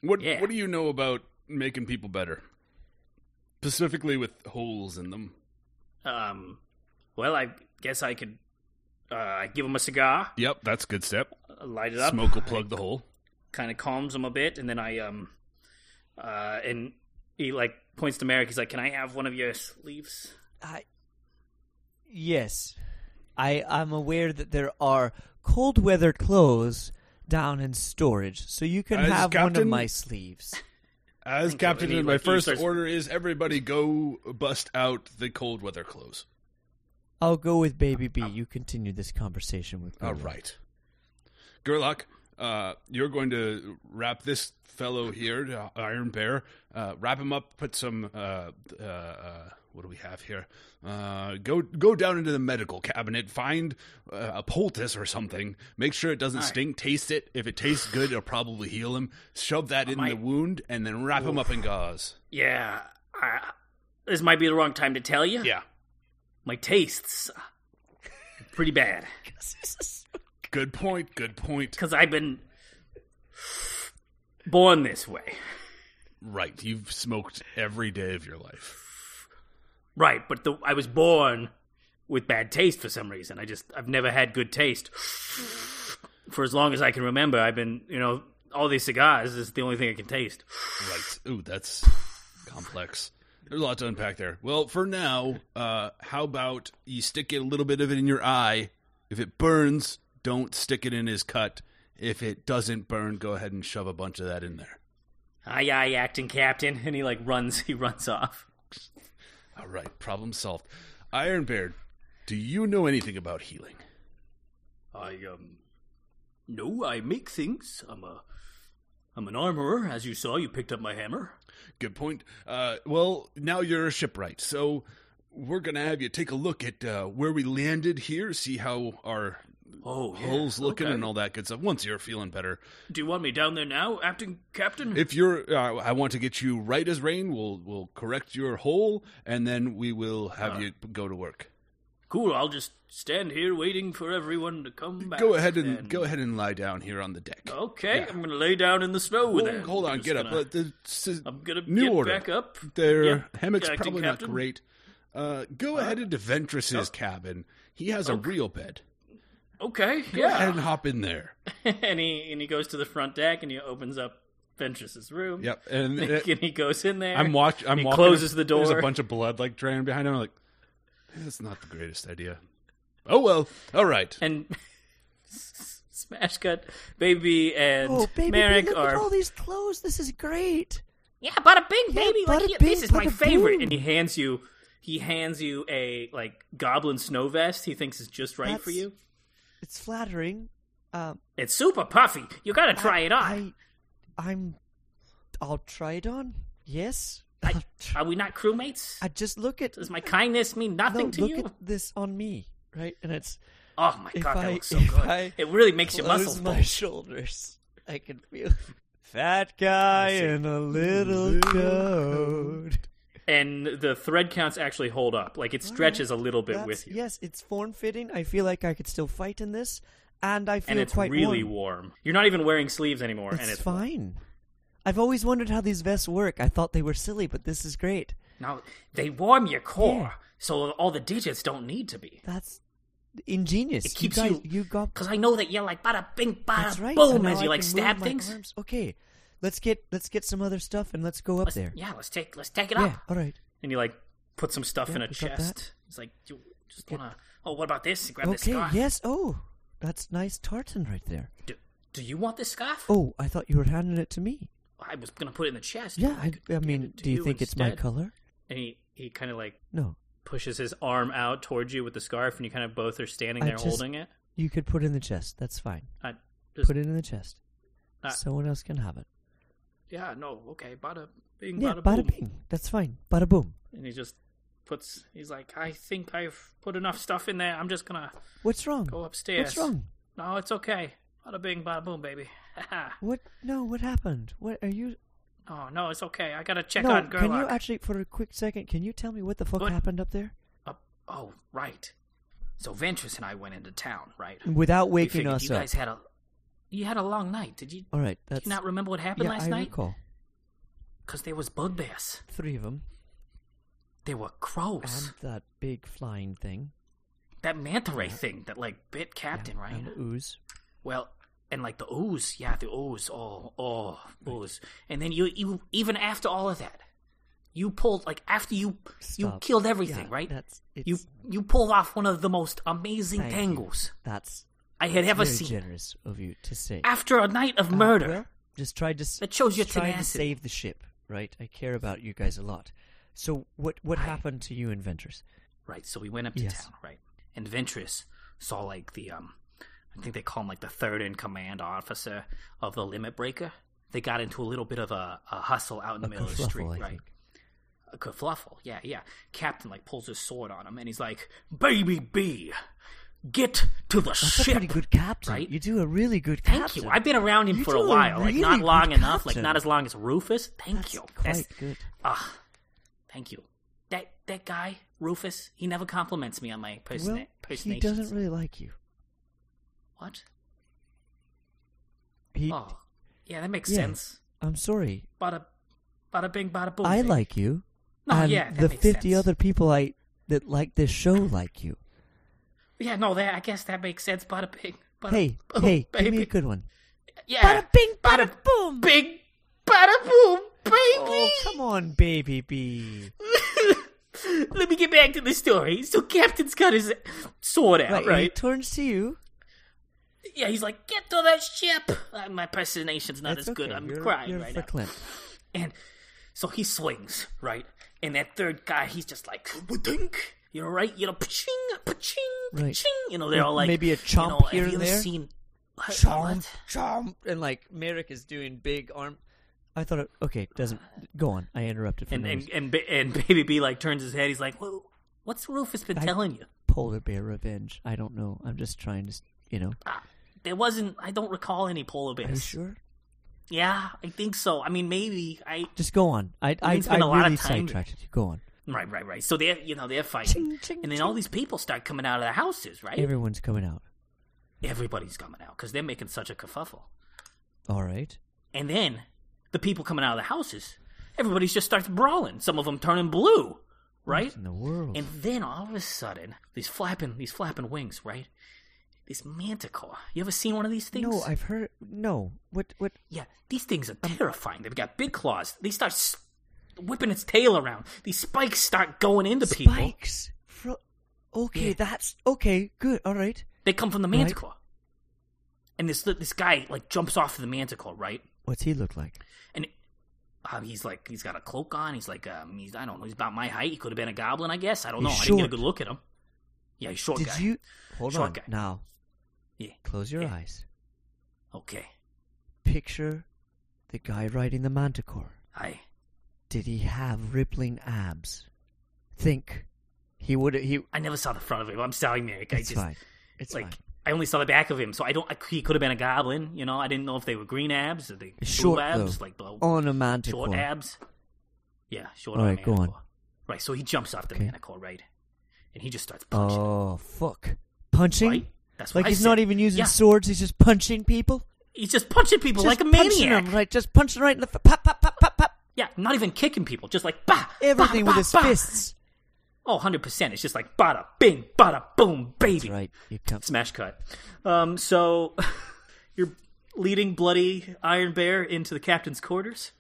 A: what
C: Yeah.
A: what do you know about making people better, specifically with holes in them?
C: um well i guess i could uh give him a cigar
A: Yep, that's a good step.
C: light it up
A: Smoke will plug the hole.
C: kind of calms him a bit and then i um uh and he like points to merrick he's like can i have one of your sleeves
B: I, yes, I I'm aware that there are cold weather clothes down in storage, so you can
A: As
B: have one of
A: captain-
B: my sleeves.
A: As
C: Thank
A: captain,
C: you. And he,
A: my
C: like, he
A: first
C: starts-
A: order is everybody go bust out the cold weather clothes.
B: I'll go with Baby B. You continue this conversation with.
A: All
C: Mm-hmm.
B: Gurlock.
A: right, Gerlach, uh, you're going to wrap this fellow here, uh, Iron Bear, uh, wrap him up, put some uh, uh, uh, what do we have here? Uh, go go down into the medical cabinet, find uh, a poultice or something. Make sure it doesn't
C: All right.
A: stink. Taste it. If it tastes good, it'll probably heal him. Shove that in the
C: might-
A: wound and then wrap him up in gauze.
C: Yeah, I, this might be the wrong time to tell you.
A: Yeah,
C: My tastes are pretty bad
A: good point. Good point.
C: because I've been born this way.
A: Right, you've smoked every day of your life.
C: Right, but the, I was born with bad taste for some reason. I just I've never had good taste for as long as I can remember. I've been you know all these cigars is the only thing I can taste.
A: Right. Ooh, that's complex. There's a lot to unpack there. Well, for now, uh, how about you stick it a little bit of it in your eye? If it burns, don't stick it in his cut. If it doesn't burn, go ahead and shove a bunch of that in there.
C: Aye, aye, acting captain, and he like runs. He runs off.
A: All right, problem solved. Iron Bear, do you know anything about healing?
C: I um no, I make things. I'm a I'm an armorer, as you saw. You picked up my hammer.
A: Good point. Uh, well, now you're a shipwright, so we're gonna have you take a look at uh, where we landed here, see how our
C: Oh, yeah,
A: holes looking
C: okay.
A: and all that good stuff. Once you're feeling better,
C: Do you want me down there now, acting captain?
A: if you're, uh, I want to get you right as rain. We'll we'll correct your hole, and then we will have you go to work.
C: cool. I'll just stand here waiting for everyone to come back.
A: Go ahead and
C: then.
A: go ahead and lie down here on the deck.
C: Okay,
A: Yeah.
C: I'm gonna lay down in the snow.
A: Hold-
C: then.
A: hold
C: Oh, I'm
A: on,
C: just
A: get up.
C: gonna-
A: Uh, the- s-
C: I'm gonna
A: new
C: get
A: order.
C: back up.
A: Their
C: Yeah,
A: hammock's
C: acting
A: probably
C: captain. Oh.
A: not great. Uh, go ahead into Ventress's cabin. He has a real bed.
C: Okay,
A: Go ahead and
C: yeah.
A: hop in there.
C: and he and he goes to the front deck and he opens up Ventress's room.
A: Yep, and it-
C: and he goes in there.
A: I'm watch. I'm
C: he
A: walking.
C: closes the
A: There's
C: door.
A: a bunch of blood like draining behind him. I'm like, that's not the greatest idea. Oh well. All right.
C: and smash cut baby and
B: Oh, baby,
C: Merrick
B: look at
C: are
B: all these clothes. This is great.
C: yeah bada bing
B: Yeah,
C: baby like
B: bada
C: yeah,
B: bing,
C: this is my
B: bada
C: favorite
B: boom.
C: and he hands you he hands you a like goblin snow vest he thinks is just right for
B: That's-
C: you
B: It's flattering. Um,
C: it's super puffy you gotta try it on
B: I, I'm. I'll try it on. Yes.
C: I-
B: I'll tr-
C: are we not crewmates
B: I just look at.
C: does my kindness mean
B: No,
C: nothing to
B: look
C: you
B: at this on me, right? And it's
C: oh my
B: if
C: god that
B: I-
C: looks so
B: if
C: good
B: I
C: it really makes your
B: close
C: muscles
B: my
C: bulge.
B: shoulders. I can feel fat guy in a little coat.
C: and the thread counts actually hold up like it stretches a little bit
B: That's-
C: with you
B: Yes, it's form fitting. I feel like I could still fight in this, and I feel
C: and it's
B: quite
C: really
B: warm.
C: warm. You're not even wearing sleeves anymore,
B: It's,
C: and it's warm.
B: fine. I've always wondered how these vests work. I thought they were silly, but this is great.
C: Now they warm your core,
B: Yeah.
C: so all the digits don't need to be.
B: That's ingenious.
C: It keeps
B: you, guys,
C: you-
B: got
C: Because I know that you're like bada bing
B: that's
C: bada
B: right.
C: boom
B: and
C: as
B: now
C: you
B: I
C: like
B: can
C: stab
B: move my
C: things.
B: arms. Okay, let's get let's get some other stuff and let's go up
C: Let's-
B: there.
C: Yeah, let's take let's take it
B: Yeah,
C: up.
B: all right.
C: And you like put some stuff
B: Yeah,
C: in a
B: we got that.
C: chest. It's like you just wanna. Oh, what about this? Grab this
B: Okay,
C: scarf.
B: yes. Oh, that's nice tartan right there.
C: Do, do you want this scarf?
B: Oh, I thought you were handing it to me.
C: I was gonna put it in the chest.
B: Yeah, I,
C: could
B: I
C: give
B: mean,
C: it to
B: do you think it's my
C: instead.
B: color?
C: And he he kind of like
B: No,
C: pushes his arm out towards you with the scarf, and you kind of both are standing
B: I
C: there
B: just-
C: holding it.
B: you could put it in the chest. That's fine.
C: I just
B: put it in the chest.
C: Uh,
B: Someone else can have it.
C: yeah, no, okay, bada bing,
B: Yeah,
C: bada,
B: bada
C: boom.
B: bing. That's fine. Bada boom.
C: and he just puts he's like i think i've put enough stuff in there i'm just gonna
B: What's wrong?
C: go upstairs
B: What's wrong?
C: no it's okay bada bing bada boom baby Haha.
B: What? No, what happened? What are you?
C: oh no it's okay i gotta check
B: no,
C: on
B: can you
C: Gerlock.
B: actually, for a quick second, can you tell me what the fuck
C: What?
B: happened up there
C: Uh, oh right so ventress and i went into town right
B: Mm, without
C: We
B: waking
C: figured
B: us
C: you
B: up?
C: guys had a you had a long night did you
B: All right,
C: did
B: that's
C: you not remember what happened
B: yeah,
C: last
B: I
C: night
B: recall
C: because there was bugbears
B: three of them
C: there were
B: and
C: crows
B: that big flying thing.
C: that manta ray thing that like bit captain
B: yeah,
C: right
B: and ooze.
C: Well, and like the ooze, yeah, the ooze, oh, oh, ooze. And then you, you, even after all of that, you pulled like after you, you
B: Stop.
C: killed everything,
B: Yeah,
C: right?
B: That's it's,
C: you, you pulled off one of the most amazing
B: Thank you.
C: tangles
B: That's
C: I had
B: that's
C: ever
B: very
C: seen.
B: generous of you to say.
C: After a night of
B: Uh,
C: murder,
B: well, just tried to. s-
C: That shows your
B: just tried to
C: tenacity.
B: save the ship, right? I care about you guys a lot. So what what
C: I-
B: happened to you, inventors?
C: right? So we went up to
B: Yes.
C: town, right? And Ventress saw like the, um, I think they call him like the third in command officer of the Limit Breaker. They got into a little bit of a, a hustle out in the
B: A
C: middle of the
B: kerfuffle,
C: street,
B: I
C: right?
B: think.
C: a kerfluffle. Yeah, yeah. Captain like pulls his sword on him and he's like, "Baby B, get to the
B: That's a
C: ship."
B: pretty good captain.
C: right?
B: You do a really good
C: Thank
B: captain.
C: you. I've been around him
B: You
C: for a
B: do a
C: while,
B: really
C: like not
B: good
C: long enough, like
B: captain.
C: not as long as Rufus. Thank you. That's-
B: Quite good.
C: Ah, thank you. That that guy Rufus, he never compliments me on my person.
B: Well, he doesn't really like you.
C: What?
B: He,
C: Oh, yeah, that makes
B: Yeah.
C: sense.
B: I'm sorry.
C: Bada, bada bing, bada boom.
B: I
C: thing.
B: like you.
C: No,
B: and
C: yeah, that
B: the
C: makes
B: 50
C: sense.
B: other people I that like this show like you.
C: Yeah, no, that I guess that makes sense. Bada bing. Bada
B: hey,
C: boom,
B: hey,
C: Uh, oh, baby.
B: give me a good one.
C: Yeah.
B: Bada bing, bada
C: boom. Bing, bada boom, baby.
B: Oh, come on, baby bee.
C: Let me get back to the story. So Captain's got his sword out,
B: Right,
C: right?
B: and He turns to you.
C: Yeah, he's like, get to the ship. Uh, my personation's not
B: That's
C: as
B: okay.
C: good. I'm
B: you're,
C: crying
B: you're
C: right
B: for
C: now.
B: Clint.
C: And so he swings, right? And that third guy, he's just like, dink. You know, right? You know, pching, pching, pching.
B: Right.
C: You know, they're all like,
B: Maybe a
C: you know,
B: chomp
C: have
B: here
C: you
B: and
C: ever
B: there.
C: Seen, what-
B: Chomp,
C: what?
B: chomp, and like Merrick is doing big arm. I thought, it, okay, doesn't go on. I interrupted for
C: And
B: no
C: and
B: reason.
C: and, ba- and baby B like turns his head. He's like, well, what's Rufus been
B: I-
C: telling you?
B: polar bear revenge. I don't know. I'm just trying to, you know.
C: Ah, there wasn't. I don't recall any polar bears.
B: Are you sure?
C: Yeah, I think so. I mean, maybe I.
B: Just go on. I I,
C: didn't spend
B: I
C: a lot of
B: really
C: time-
B: sidetracked you. Go on.
C: Right, right, right. So they're you know they're fighting,
B: Ching, ching,
C: and then all these people start coming out of the houses, right?
B: Everyone's coming out.
C: Everybody's coming out because they're making such a kerfuffle.
B: All right.
C: And then the people coming out of the houses, everybody just starts brawling. Some of them turning blue, right?
B: What in the world?
C: And then all of a sudden, these flapping these flapping wings, right? This manticore. You ever seen one of these things?
B: no, I've heard. No. What? What?
C: Yeah, these things are terrifying. They've got big claws. They start s- whipping its tail around. These spikes start going into people.
B: Spikes. Fro- okay,
C: Yeah.
B: that's okay. Good. All right.
C: They come from the
B: Right.
C: manticore. And this this guy like jumps off the manticore, right?
B: What's he look like?
C: And um, he's like he's got a cloak on. He's like um, he's I don't know. He's about my height. He could have been a goblin, I guess. I don't know.
B: He's
C: I didn't get a
B: short.
C: good look at him. Yeah, he's short
B: Did
C: guy.
B: you hold
C: Short
B: on
C: guy.
B: now?
C: Yeah.
B: Close your
C: Yeah.
B: eyes.
C: Okay.
B: Picture the guy riding the manticore.
C: I
B: Did he have rippling abs? Think he would. He.
C: I never saw the front of him. I'm sorry, Merrick. I
B: it's
C: just
B: fine. It's
C: like
B: fine.
C: I only saw the back of him, so I don't. I, he could have been a goblin. You know, I didn't know if they were green abs or they
B: Short
C: blue abs,
B: though.
C: like blow.
B: on a manticore.
C: Short abs. Yeah, short
B: All
C: on
B: right, go on.
C: manticore. Right, so he jumps off the
B: Okay.
C: manticore, right? And he just starts punching.
B: Oh fuck! Punching?
C: right? That's what
B: Like
C: I
B: he's
C: said.
B: not even using
C: Yeah,
B: swords. He's just punching people.
C: He's just punching people
B: Just
C: like a
B: punching
C: maniac.
B: 'em, right? Just punching right in the f- pop, pop, pop, pop, pop.
C: Yeah, not even kicking people, just like bah.
B: Everything
C: bah,
B: with
C: bah,
B: his
C: bah.
B: fists.
C: Oh, 100%. It's just like bada bing, bada boom, baby.
B: That's right. You come.
C: Smash cut. Um, so you're leading bloody Iron Bear into the captain's quarters.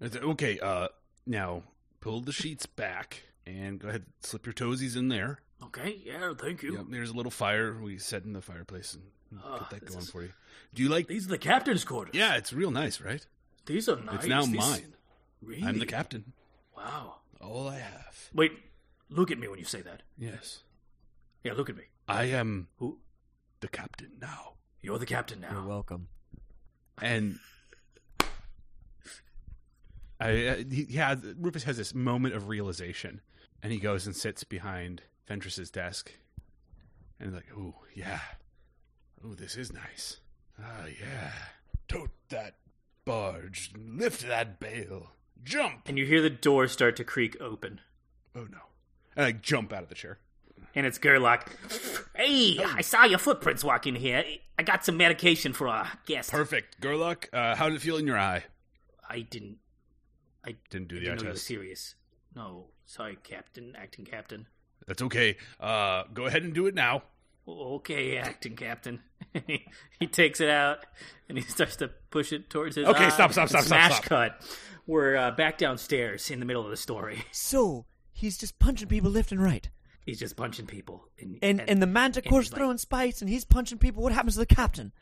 E: It's- Okay, uh, now pull the sheets back and go ahead slip your toesies in there.
C: Okay, yeah, thank you.
E: Yep, there's a little fire we set in the fireplace and
C: Ah,
E: get that
C: this
E: going
C: is-
E: for you. Do you like?
C: These are the captain's quarters.
E: Yeah, it's real nice, right?
C: These are nice.
E: It's now
C: These-
E: mine.
C: Really?
E: I'm the captain.
C: Wow.
E: All I have.
C: Wait, look at me when you say that.
E: Yes,
C: Yeah, look at me.
E: I am
C: Who?
E: the captain now.
C: You're the captain now.
B: You're welcome.
E: and I, uh, he he has Rufus has this moment of realization, and he goes and sits behind Ventress's desk, and he's like, "Ooh, yeah, ooh, this is nice. Ah, yeah, tote that barge, lift that bale, jump.
C: And you hear the door start to creak open.
E: Oh no!" And I jump out of the chair.
C: And it's Gerlach. Hey, I saw your footprints walk in here. I got some medication for a guest.
E: Perfect, Gerlach. Uh, how did it feel in your eye?
C: I didn't. I
E: Didn't do the eye
C: didn't know you were
E: test.
C: serious. No, sorry, Captain, acting Captain.
E: That's okay. Uh, go ahead and do it now.
C: O- Oh, Okay, acting Captain. he, he takes it out and he starts to push it towards his.
E: Okay,
C: eye.
E: stop, stop, stop, stop,
C: Smash
E: stop.
C: cut. We're uh, back downstairs in the middle of the story.
B: So he's just punching people left and right,
C: He's just punching people. And
B: and and, the manticore's
C: and, like-
B: throwing spikes, and he's punching people. What happens to the captain?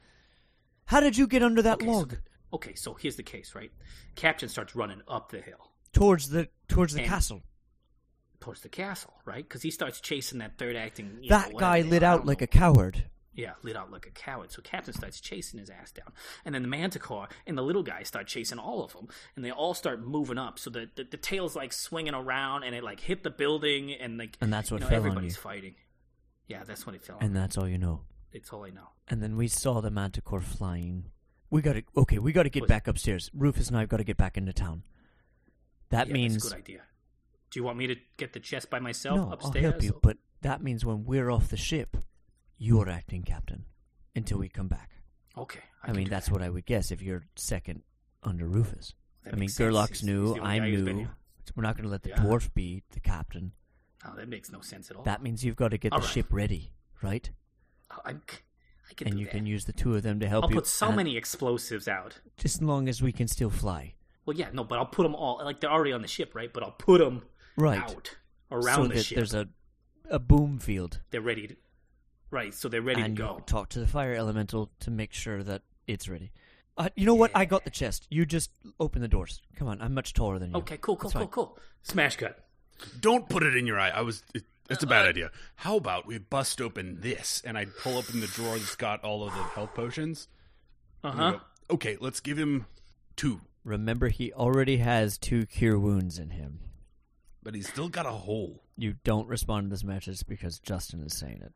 B: How did you get under that
C: Okay, so-
B: log?
C: okay, so here's the case, right? Captain starts running up the hill.
B: towards the towards the
C: And-
B: castle.
C: towards the castle, right? Because he starts chasing that third acting. you know,
B: That
C: whatever
B: guy
C: they
B: lit
C: are, I
B: out
C: don't
B: like
C: know.
B: a coward.
C: Yeah, lit out like a coward. So Captain starts chasing his ass down. And then the manticore and the little guy start chasing all of them. And they all start moving up. So the, the, the tail's like swinging around and it like hit the building and like.
B: And that's what
C: you know,
B: fell on
C: Everybody's
B: you.
C: fighting. Yeah, that's when it fell. on.
B: And that's all you know.
C: It's all I know.
B: And then we saw the manticore flying. We gotta okay, we gotta get
C: Was-
B: back upstairs. Rufus and I've gotta get back into town. That
C: yeah, That's
B: means
C: a good idea. Do you want me to get the chest by myself
B: no,
C: upstairs?
B: I'll help you, but that means when we're off the ship, you're acting captain until we come back.
C: Okay.
B: I, mean, that's what I would guess if you're second under Rufus.
C: That
B: I mean,
C: makes sense.
B: Gerlach's
C: He's-
B: new,
C: he's the only
B: I'm
C: guy who's been
B: new.
C: here.
B: We're not going to let the
C: Yeah.
B: dwarf be the captain.
C: No, that makes no sense at all.
B: That means you've got to get
C: All
B: the
C: right.
B: ship ready, right?
C: I'm, Oh, I can
B: and
C: do
B: you
C: that.
B: can use the two of them to help
C: I'll
B: you.
C: put so
B: and-
C: many explosives out.
B: Just as long as we can still fly.
C: Well, yeah, no, but I'll put them all. Like they're already on the ship, right? But I'll put them
B: Right.
C: out around
B: so
C: the
B: that
C: ship.
B: there's a, a boom field.
C: They're ready. To, right, so they're ready
B: and
C: to
B: you
C: go.
B: talk to the fire elemental to make sure that it's ready. Uh, you know what? I got the chest. You just open the doors. Come on, I'm much taller than you.
C: okay, cool, cool,
B: That's
C: cool,
B: fine.
C: cool. Smash cut.
A: Don't put it in your eye. I was. It, that's a bad idea. How about we bust open this and I pull up in the drawer that's got all of the health potions.
C: Uh
A: and I
C: huh.
A: go, okay, let's give him two,
B: Remember, he already has two cure wounds in him.
A: but he's still got a hole.
B: You don't respond to this message because Justin is saying it.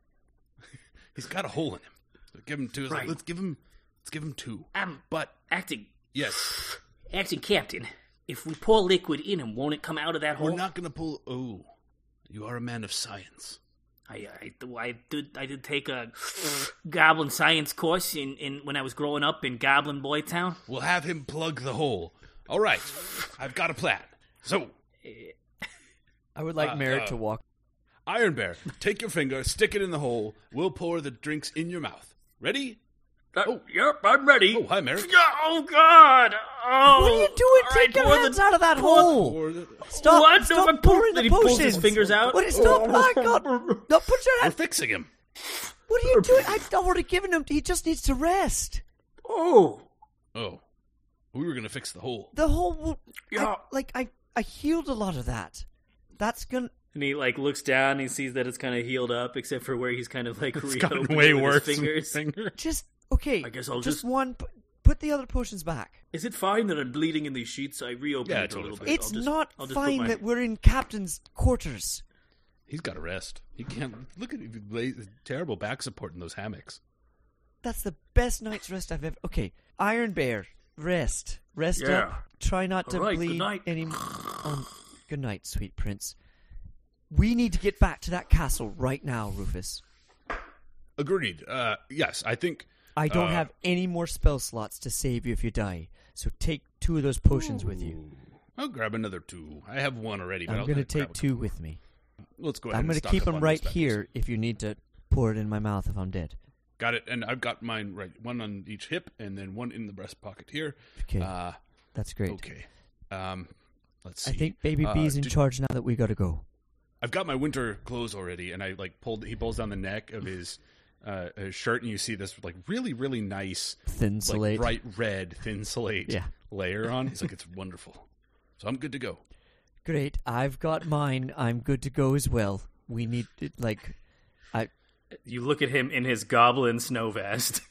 A: He's got a hole in him. So give him two. It's like,
C: Right. Uh,
A: let's give him. Let's give him two.
C: I'm
A: But
C: acting,
A: yes,
C: acting captain. If we pour liquid in him, won't it come out of that
A: we're
C: hole?
A: not gonna pull. Oh, you are a man of science.
C: I, I, I did I did take a goblin science course in, in when I was growing up in Goblin Boy Town.
A: We'll have him plug the hole. All right, I've got a plan. So,
B: I would like
A: Uh,
B: Merritt
A: uh,
B: to walk.
A: Iron Bear, take your finger, stick it in the hole. We'll pour the drinks in your mouth. Ready?
C: oh, yep, I'm ready.
A: Oh, hi, Merrick.
C: Oh God! Oh,
B: What are you doing?
C: all
B: Take
C: right,
B: your
C: pour
B: hands
C: the-
B: out of that hole!
A: Pour the-
B: Stop!
C: What?
B: Stop
C: Did he pull-
B: pouring
C: did
B: the
C: he pull his
B: potions.
C: fingers out?
B: What is, stop! My God! No, put your
A: We're
B: hand.
A: fixing him.
B: What are you doing? I've already given him. He just needs to rest.
C: Oh,
A: Oh, we were gonna fix the hole.
B: The whole. wo- I-
C: Yeah.
B: like I, I healed a lot of that. That's gonna.
C: and he like looks down and he sees that it's kind of healed up, except for where he's kind of like
A: It's
C: reopened
A: gotten way
C: with his
A: worse.
C: Fingers.
B: Just okay.
C: I guess I'll just-
B: one. Put, put the other potions back.
C: Is it fine that I'm bleeding in these sheets? I reopened
A: Yeah,
C: it
A: totally
C: a little
A: fine.
C: bit.
B: it's
C: I'll just-
B: not
C: I'll just put
B: fine
C: my-
B: that we're in captain's quarters.
A: He's got to rest. He can't look at the la- terrible back support in those hammocks.
B: That's the best night's rest I've ever. Okay, Iron Bear, rest, rest
C: Yeah.
B: up. Try not to
C: All right, good
B: bleed
C: night.
B: any. Um, good night, sweet prince. We need to get back to that castle right now, Rufus.
A: Agreed. Uh, yes, I think
B: I don't
A: Uh,
B: have any more spell slots to save you if you die. So take two of those potions with you.
A: I'll grab another two. I have one already. But
B: I'm
A: I'll
B: going to
A: grab a
B: take
A: couple.
B: two with me.
A: Let's go. Ahead
B: I'm
A: going to
B: keep them right here if you need to pour it in my mouth if I'm dead.
A: Got it. And I've got mine right, one on each hip, and then one in the breast pocket here.
B: Okay,
A: Uh,
B: that's great.
A: okay. Um, let's see.
B: I think Baby
A: Uh,
B: B's in
A: did-
B: charge now that we got to go.
A: I've got my winter clothes already, and I like pulled. He pulls down the neck of his uh, his shirt, and you see this like really, really nice,
B: Thin
A: like
B: slate.
A: bright red, thin slate
B: Yeah.
A: layer on. He's like, it's wonderful. So I'm good to go.
B: Great. I've got mine. I'm good to go as well. We need it like I
C: You look at him in his goblin snow vest.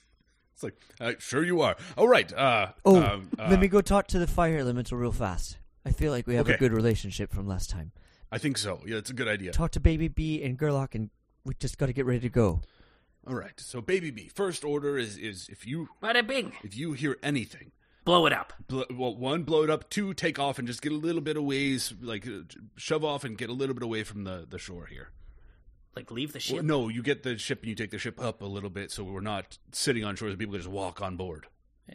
A: It's like, uh, sure you are. All right. Uh,
B: Oh,
A: um, uh,
B: let me go talk to the fire elemental real fast. I feel like we have a
A: Okay.
B: good relationship from last time.
A: I think so. Yeah, it's a good idea.
B: Talk to Baby B and Gerlock and we just got to get ready to go.
A: All right. So, baby B, first order is is if you
C: Bada bing!
A: if you hear anything,
C: Blow it up.
A: bl- well, one, blow it up. Two, take off and just get a little bit away, like uh, shove off and get a little bit away from the the shore here.
C: Like leave the ship.
A: Well, no, you get the ship and you take the ship up a little bit, so we're not sitting on shore. So people can just walk on board.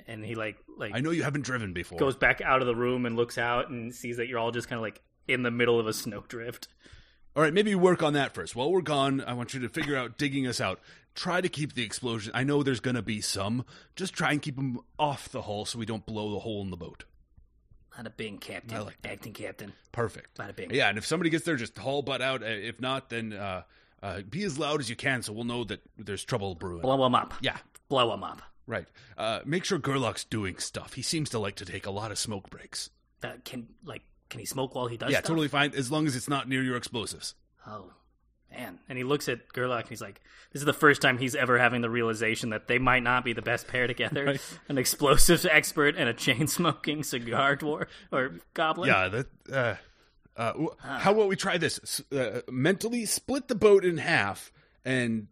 C: And he like like
A: I know you haven't driven before.
C: goes back out of the room and looks out and sees that you're all just kind of like in the middle of a snowdrift.
A: All right, maybe work on that first. While we're gone, I want you to figure out digging us out. Try to keep the explosion. I know there's going to be some. Just try and keep them off the hull so we don't blow the hole in the boat.
C: Bada bing, captain.
A: I like that.
C: Acting captain.
A: Perfect.
C: Bada bing.
A: Yeah, and if somebody gets there, just haul butt out. Uh, If not, then uh, uh, be as loud as you can so we'll know that there's trouble brewing.
C: Blow him up.
A: yeah,
C: Blow him up.
A: right. Uh, make sure Gerlach's doing stuff. He seems to like to take a lot of smoke breaks.
C: That can like can he smoke while he does?
A: yeah,
C: stuff?
A: totally fine as long as it's not near your explosives.
C: Oh, man. And he looks at Gerlach and he's like, this is the first time he's ever having the realization that they might not be the best pair together. An explosives expert and a chain smoking cigar dwarf or goblin.
E: Yeah, that. Uh, uh, wh-
B: Ah.
E: how about we try this? S- Uh, mentally split the boat in half, and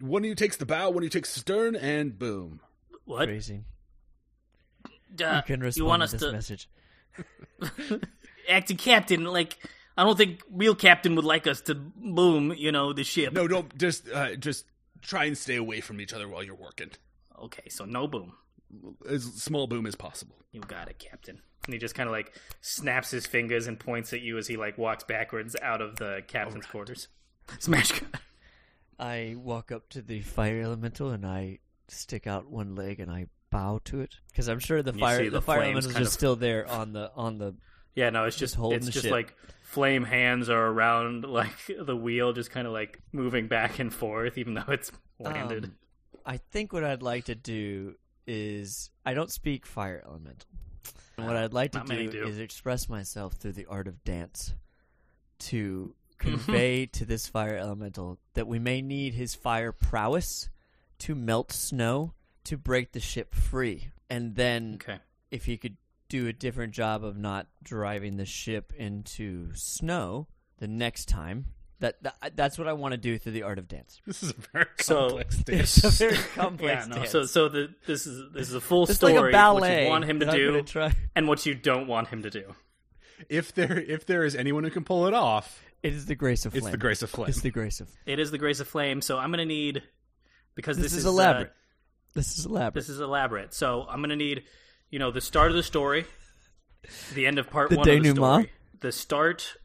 E: one of you takes the bow, one of you takes the stern, and boom.
C: What?
B: Crazy.
C: Duh,
B: you can respond
C: Uh, want
B: to
C: us
B: this
C: to
B: message.
C: acting captain? Like, I don't think real captain would like us to boom, you know, the ship.
E: No, don't just uh, just try and stay away from each other while you're working.
C: Okay, so no boom.
E: As small boom as possible.
C: You got it, Captain. And he just kind of like snaps his fingers and points at you as he like walks backwards out of the captain's quarters. Smash cut.
B: I walk up to the fire elemental and I stick out one leg and I bow to it because I'm sure the
C: You
B: fire
C: see
B: the,
C: the
B: fire
C: flames
B: elemental is
C: kind
B: just
C: of-
B: still there on the on the
C: Yeah, no, it's
B: Just
C: just,
B: holding
C: it's
B: the
C: just
B: ship.
C: like flame hands are around like the wheel, just kind of like moving back and forth, even though it's landed.
B: Um, I think what I'd like to do is I don't speak fire elemental. And what I'd like to
C: Uh, Not many
B: do,
C: do.
B: is express myself through the art of dance to convey to this fire elemental that we may need his fire prowess to melt snow to break the ship free. And then
C: okay,
B: if he could do a different job of not driving the ship into snow the next time, that, that that's what I want to do through the art of dance.
E: This is a very
C: So-
E: complex thing.
B: It's a very
C: yeah,
B: complex
C: no.
B: dance.
C: So, so the, this is this is a full
B: it's
C: story.
B: like a ballet.
C: What you want him to
B: that I'm
C: do,
B: gonna try.
C: and what you don't want him to do.
E: If there if there is anyone who can pull it off,
B: It is the grace of
E: it's
B: flame.
E: the grace of flame.
B: It's the grace of.
C: It is the grace of flame. So I'm gonna need because
B: This,
C: this,
B: is,
C: uh,
B: elaborate. this is elaborate.
C: This is elaborate. So I'm gonna need, you know, the start of the story, the end of part
B: The
C: one of the
B: denouement.
C: story, the start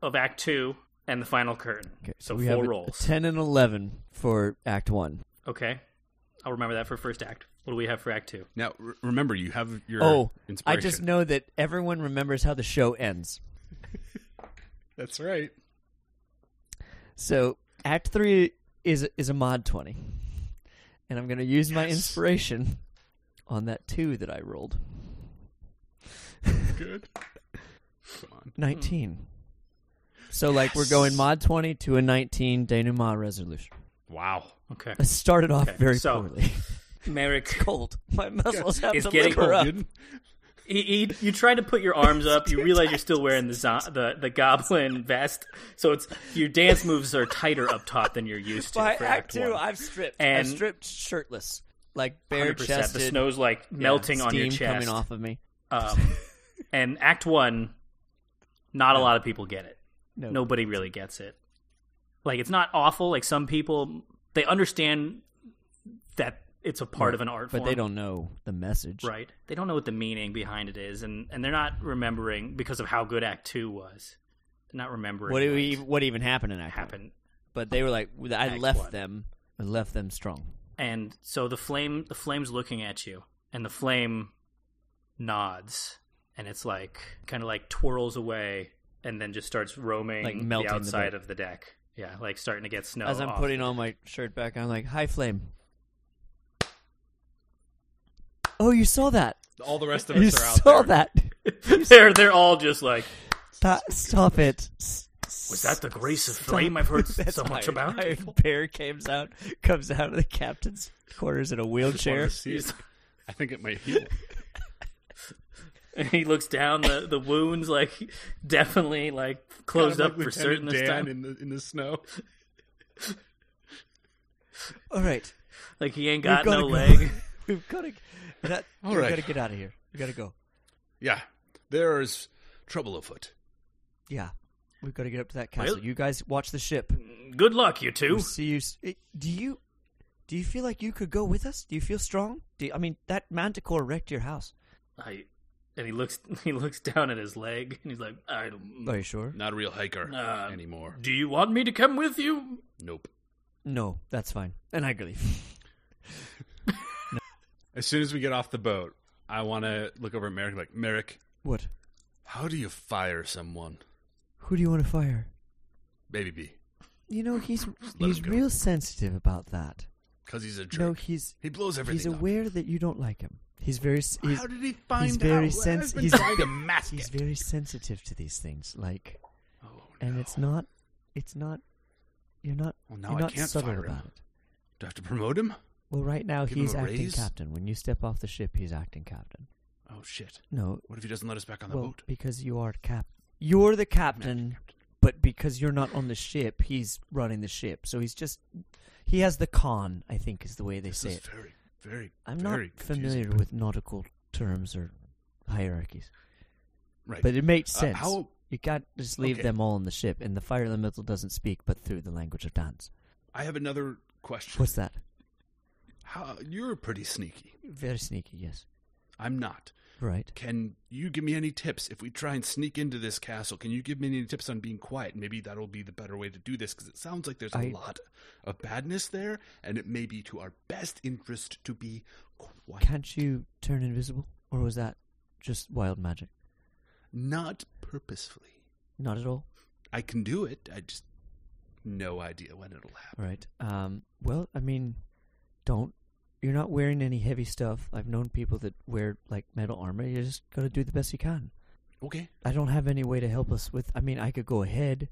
C: of Act Two, and the final curtain.
B: Okay,
C: so
B: we
C: four
B: have a-
C: rolls.
B: a ten and eleven for Act One.
C: Okay, I'll remember that for first act. What do we have for Act Two?
E: Now re- remember, you have your
B: oh, I
E: inspiration.
B: just know that everyone remembers how the show ends.
E: That's right.
B: So Act Three is is a mod twenty, and I'm going to use my inspiration on that two that I rolled.
E: Good.
C: Mm-hmm.
B: 19. So, like, we're going mod 20 to a 19 denouement resolution.
E: Wow.
C: Okay,
B: I started off
C: Okay,
B: very
C: so-
B: poorly.
C: Merrick.
B: Cold. My muscles have
C: It's
B: to
C: getting
B: liquor up.
E: Dude,
C: He, he, you try to put your arms up. You realize you're still wearing the, zo- the the goblin vest, so it's your dance moves are tighter up top than you're used to.
B: By
C: for
B: Act 2,
C: one.
B: I've stripped.
C: And-
B: I've stripped shirtless. Like,
C: 100%.
B: bare-chested.
C: The snow's like melting on your
B: steam
C: chest.
B: coming off of me.
C: Um, and Act One, not a lot of people get it.
B: No.
C: Nobody really gets it. Like it's not awful. Like some people, they understand that it's a part of an art
B: But
C: form,
B: they don't know the message.
C: Right? They don't know what the meaning behind it is, and and they're not remembering because of how good Act Two was. They're not remembering
B: What,
C: what
B: e- what even happened in Act One?
C: happened.
B: But they were like, I
C: Act
B: left
C: One.
B: them. I left them strong.
C: And so the flame, the flame's looking at you, and the flame nods, and it's like kind of like twirls away, and then just starts roaming
B: Like
C: the
B: melting the
C: outside
B: boat.
C: of the deck. Yeah, like starting to get snow.
B: As I'm
C: off.
B: putting on my shirt back, I'm like, "Hi, Flame." Oh, you saw that?
E: all the rest of
B: You
E: us are out
B: saw
E: there.
B: that?
C: they're they're all just like,
B: Stop, stop it! S-
C: was that the grace of
B: stop.
C: flame I've heard
B: That's
C: so much
B: Iron-
C: about?
B: Iron Bear comes out, comes out of the captain's quarters in a wheelchair.
E: Let's see it. I think it might heal.
C: And he looks down the the wounds like definitely like closed
E: Kind of
C: up
E: like
C: for certain
E: Lieutenant
C: this
E: Dan
C: time.
E: in the in the snow.
B: All right,
C: Like he ain't got
B: gotta
C: no
B: go.
C: leg.
B: we've got to. That,
E: All
B: we've
E: right.
B: got to get out of here. We got to go.
E: Yeah, there is trouble afoot.
B: Yeah, we've got to get up to that castle.
C: Well-
B: you guys watch the ship.
C: Good luck, you two.
B: We see you. s- it- Do you? Do you feel like you could go with us? Do you feel strong? Do you, I mean that manticore wrecked your house?
C: I, and he looks he looks down at his leg, and he's like, I
E: Mm.
C: don't.
B: Are you sure?
E: Not a real hiker
C: Uh,
E: anymore.
C: Do you want me to come with you?
E: Nope.
B: No, that's fine. And I believe.
E: As soon as we get off the boat, I want to look over at Merrick. Like Merrick,
B: What?
E: how do you fire someone?
B: Who do you want to fire?
E: Baby B,
B: You know he's
E: let
B: he's
E: him go.
B: real sensitive about that.
E: because he's a jerk.
B: No, he's
E: he blows everything.
B: he's
E: up.
B: aware that you don't like him. He's very s- he's,
E: how did he find
B: he's very
E: out?
B: sensi-
E: I've been
B: he's-
E: trying to mask
B: he's
E: it.
B: very sensitive to these things. Like,
E: Oh,
B: and
E: no.
B: it's not it's not You're not.
A: Well, now
B: you're
A: I
B: not
A: can't
B: subtle
A: fire him.
B: about it.
A: Do I have to promote him?
B: Well, right now
A: Give him
B: he's
A: a
B: acting
A: raise?
B: captain. When you step off the ship, he's acting captain.
A: Oh shit!
B: No,
A: What if he doesn't let us back on the
B: well,
A: boat?
B: because you are cap. You're the captain, but because you're not on the ship, he's running the ship. So he's just. He has the con. I think is the way they
A: This
B: say
A: is
B: it.
A: very, very.
B: I'm not
A: very confusing,
B: familiar
A: but-
B: with nautical terms or hierarchies,
A: right.
B: but it makes
A: Uh,
B: sense.
A: how-
B: You can't just leave
A: Okay.
B: them all on the ship, and the fire elemental doesn't speak but through the language of dance.
A: I have another question.
B: What's that?
A: How, you're pretty sneaky.
B: Very sneaky, yes.
A: I'm not.
B: Right.
A: Can you give me any tips if we try and sneak into this castle? Can you give me any tips on being quiet? Maybe that'll be the better way to do this because it sounds like there's a
B: I-
A: lot of badness there, and it may be to our best interest to be quiet.
B: Can't you turn invisible? Or was that just wild magic?
A: Not purposefully.
B: Not at all.
A: I can do it. I just no idea when it'll happen.
B: All right. Um, well, I mean, don't. You're not wearing any heavy stuff. I've known people that wear, like, metal armor. You're just going to do the best you can.
A: Okay.
B: I don't have any way to help us with. I mean, I could go ahead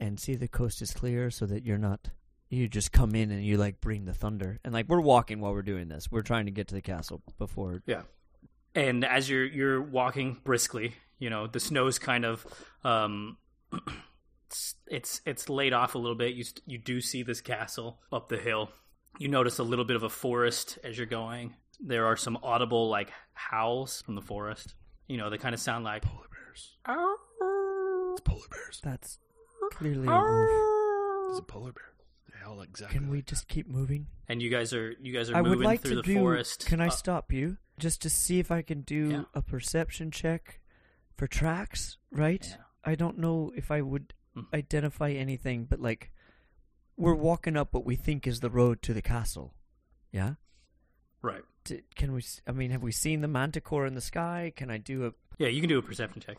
B: and see the coast is clear so that you're not. You just come in and you, like, bring the thunder. And, like, we're walking while we're doing this. We're trying to get to the castle before.
C: Yeah. And as you're you're walking briskly, you know the snow's kind of um, it's, it's it's laid off a little bit. You st- you do see this castle up the hill. You notice a little bit of a forest as you're going. There are some audible like howls from the forest. You know they kind of sound like
A: Polar bears. It's polar bears.
B: That's clearly a wolf.
A: It's a polar bear. They all exactly.
B: Can we
A: like
B: just keep moving?
C: and you guys are you guys are
B: I
C: moving
B: would like
C: through
B: to
C: the
B: do.
C: forest.
B: Can I
C: Uh,
B: stop you just to see if I can do
C: Yeah.
B: a perception check for tracks? Right.
C: Yeah.
B: I don't know if I would
C: Mhm.
B: identify anything, but like we're walking up what we think is the road to the castle. Yeah.
C: right.
B: D- can we? s- I mean, have we seen the manticore in the sky? Can I do a
C: Yeah, you can do a perception check.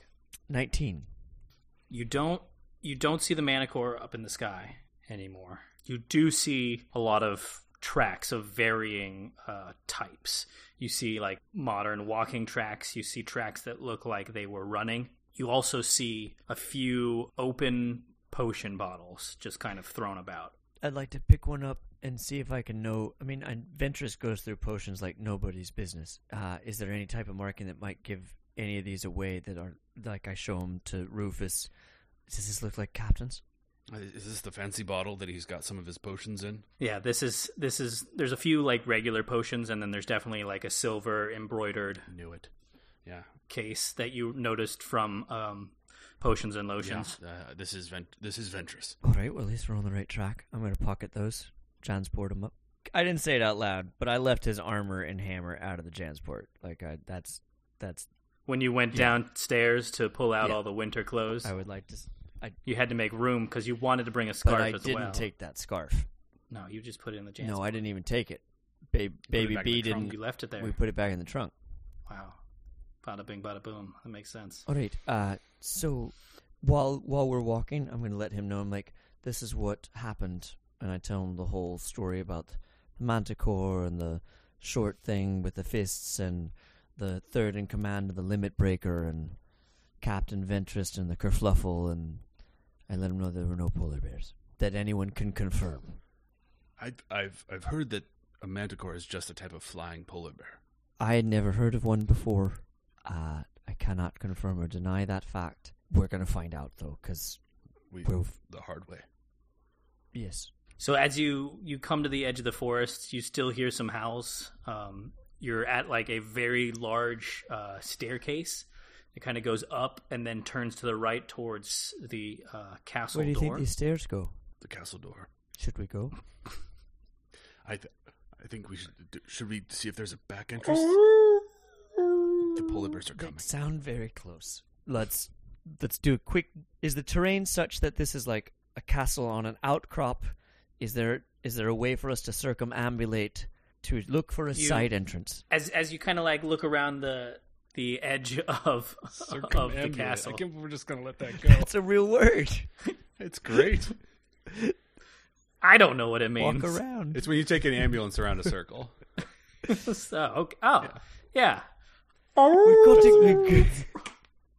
B: nineteen?
C: you don't you don't see the manicore up in the sky anymore. You do see a lot of tracks of varying uh, types. You see like modern walking tracks. You see tracks that look like they were running. You also see a few open potion bottles just kind of thrown about.
B: I'd like to pick one up and see if I can know. I mean, I- Ventress goes through potions like nobody's business. Uh, is there any type of marking that might give any of these away that are like I show them to Rufus? Does this look like captains?
A: Uh, Is this the fancy bottle that he's got some of his potions in?
C: Yeah, this is this is there's a few like regular potions and then there's definitely like a silver embroidered
A: Knew it. Yeah.
C: case that you noticed from um, potions and
A: Yeah.
C: lotions.
A: Uh, this is Vent- this is Ventress.
B: All right. Well, at least we're on the right track. I'm gonna pocket those. Jansport them up. I didn't say it out loud, but I left his armor and hammer out of the Jansport. Like I, that's that's
C: when you went downstairs to pull out
B: Yeah.
C: all the winter clothes.
B: I would like to. I
C: You had to make room because you wanted to bring a
B: but
C: scarf
B: I
C: as
B: didn't
C: well.
B: take that scarf.
C: no, you just put it in the jam.
B: No, I didn't even take it. Ba- baby
A: back in
B: B
A: the trunk.
B: didn't.
C: you left it there.
B: We put it back in the trunk.
C: wow, bada bing, bada boom. That makes sense.
B: All right. Uh, so while while we're walking, I'm going to let him know. I'm like, this is what happened, and I tell him the whole story about the manticore and the short thing with the fists and the third in command of the limit breaker and Captain Ventress and the kerfluffle, and I let him know there were no polar bears that anyone can confirm.
A: I've I've I've heard that a manticore is just a type of flying polar bear.
B: I had never heard of one before. Uh, I cannot confirm or deny that fact. We're going to find out though, because
A: We
B: we're
A: the hard way.
B: yes.
C: So as you you come to the edge of the forest, you still hear some howls. Um, you're at like a very large uh, staircase. It kind of goes up and then turns to the right towards the uh, castle
B: Where do you
C: door.
B: think these stairs go?
A: The castle door.
B: Should we go?
A: I th- I think we should d- should we see if there's a back entrance. the polar bears are coming.
B: sound very close. Let's let's do a quick. Is the terrain such that this is like a castle on an outcrop? Is there is there a way for us to circumambulate to look for a
C: You-
B: side entrance?
C: as as you kind of like look around the the edge of of the
A: Circumambulate.
C: castle.
A: I can't believe we're just gonna let that go.
B: That's a real word.
A: it's great.
C: I don't know what it
B: Walk
C: means.
B: around.
I: It's when you take an ambulance around a circle.
C: so, okay. Oh, yeah. Oh.
B: We've got to-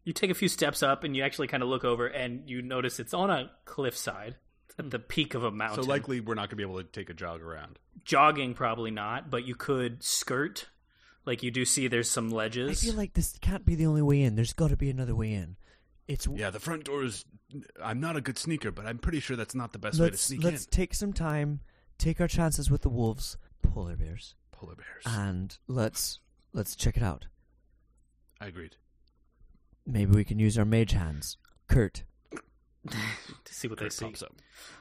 C: You take a few steps up and you actually kind of look over and you notice it's on a cliffside. It's
B: Hmm.
C: at the peak of a
E: So
C: mountain.
E: likely we're not going to be able to take a jog around.
C: jogging, probably not, but you could skirt. Like you do see, there's some
B: I
C: ledges.
B: feel like this can't be the only way in. There's got to be another way in. It's
E: Yeah, the front door is. I'm not a good sneaker, but I'm pretty sure that's not the best way to
B: let's
E: sneak
B: let's
E: in.
B: take some time, take our chances with the wolves, polar bears,
E: Polar bears.
B: and let's let's check it out.
E: I agreed.
B: Maybe we can use our mage hands. Kurt,
C: to see what they
E: Kurt
C: see.
E: pops up,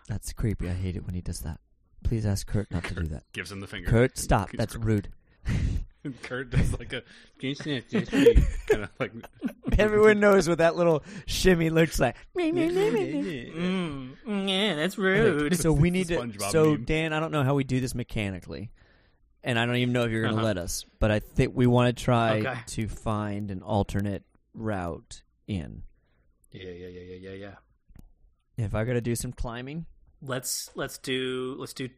B: that's creepy. I hate it when he does that. Please ask Kurt not to do that.
E: gives him the finger.
B: Kurt, stop.
E: Kurt-
B: That's rude.
E: Kurt does like a kind of like
B: Everyone knows what that little shimmy looks like.
C: Mm, mm, yeah, that's rude.
B: So we need to.
E: SpongeBob
B: So
E: meme.
B: Dan, I don't know how we do this mechanically, and I don't even know if you're going to let us. But I think we want to try
C: Uh-huh. Okay.
B: to find an alternate route in.
C: yeah, yeah, yeah, yeah, yeah, yeah.
B: If I got to do some climbing,
C: Let's let's do let's do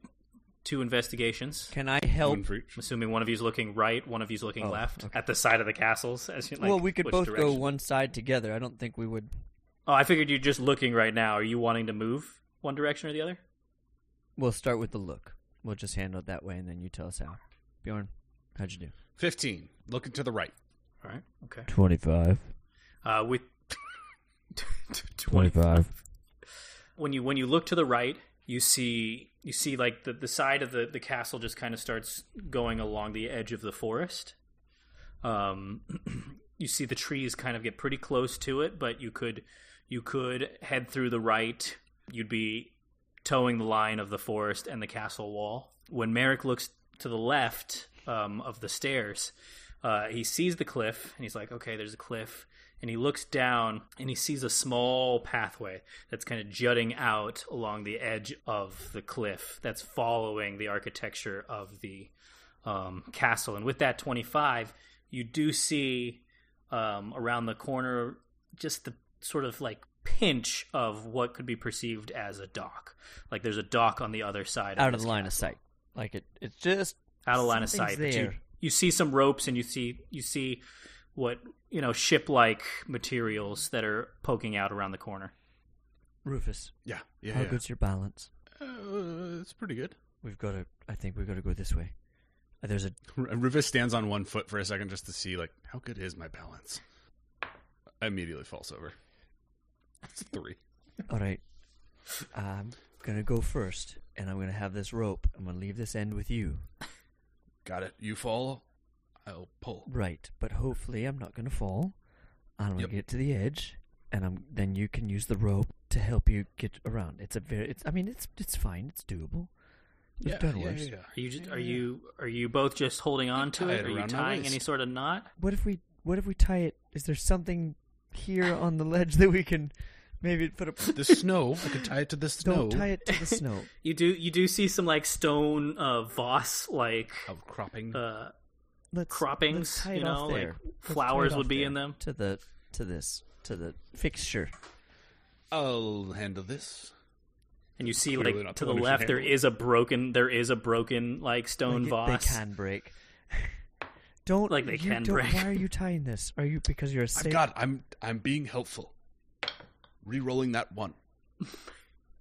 C: two investigations.
B: can I help?
E: one for each.
C: I'm assuming one of you's looking right, one of you's looking
B: Oh,
C: left
B: okay.
C: at the side of the castles. As you, like,
B: well, we could
C: which
B: both go
C: direction.
B: one side together. I don't think we would.
C: Oh, I figured you're just looking right now. Are you wanting to move one direction or the other?
B: We'll start with the look. We'll just handle it that way, and then you tell us how. Bjorn, how'd you do?
E: Fifteen. Looking to the right.
C: All right. Okay.
B: Twenty-five.
C: Uh, with twenty when you when you look to the right you see you see like the, the side of the, the castle just kind of starts going along the edge of the forest um, you see the trees kind of get pretty close to it but you could you could head through the right you'd be towing the line of the forest and the castle wall when merrick looks to the left um, of the stairs uh, he sees the cliff and he's like okay there's a cliff and he looks down and he sees a small pathway that's kind of jutting out along the edge of the cliff that's following the architecture of the um, castle. And with that 25, you do see um, around the corner just the sort of like pinch of what could be perceived as a dock. Like there's a dock on the other side.
B: Out of
C: this
B: the line of
C: castle
B: sight. Like it. It's just
C: out of line of
B: Something's
C: sight. but You,
B: there.
C: you see some ropes and you see you see what you know ship like materials that are poking out around the corner.
B: Rufus.
E: Yeah, yeah.
B: how
E: yeah.
B: good's your balance?
E: Uh, it's pretty good.
B: We've got to. I think we've got to go this way. Uh, There's a
E: Rufus stands on one foot for a second just to see, like, how good is my balance? I immediately falls over. It's three.
B: All right. I'm going to go first, and I'm going to have this rope. I'm going to leave this end with you.
E: Got it. You fall, I'll pull.
B: Right, but hopefully I'm not going to fall. I'm going to
E: Yep.
B: get to the edge, and I'm then you can use the rope to help you get around. It's a very it's I mean it's it's fine. It's doable. We've done worse.
C: Are you just, are you are you both just holding on to
E: Tie
C: it?
E: it
C: Are you
E: around my
C: tying
E: waist.
C: any sort of knot?
B: What if we what if we tie it? Is there something here on the ledge that we can maybe put a
E: The snow. I could tie it to the snow.
B: Don't tie it to the snow.
C: You do you do see some like stone uh, voss like
E: Oh. Outcropping.
C: uh,
B: Let's
C: Croppings,
B: let's tie it
C: you know,
B: off
C: like
B: there. Let's tie it
C: flowers
B: off
C: would be
B: there
C: in them.
B: to the to this to the fixture.
E: I'll handle this.
C: and you see
E: Clearly
C: like
E: not
C: to
E: the
C: the
E: one who should
C: left there
E: handle it.
C: is a broken there is a broken like
B: Like,
C: stone
B: it-
C: voss.
B: They can break. Don't
C: Like, they
B: you
C: can
B: don't-
C: break.
B: Why are you tying this? Are you because you're a
E: I've
B: saint?
E: got. I'm. I'm being helpful. Rerolling that one.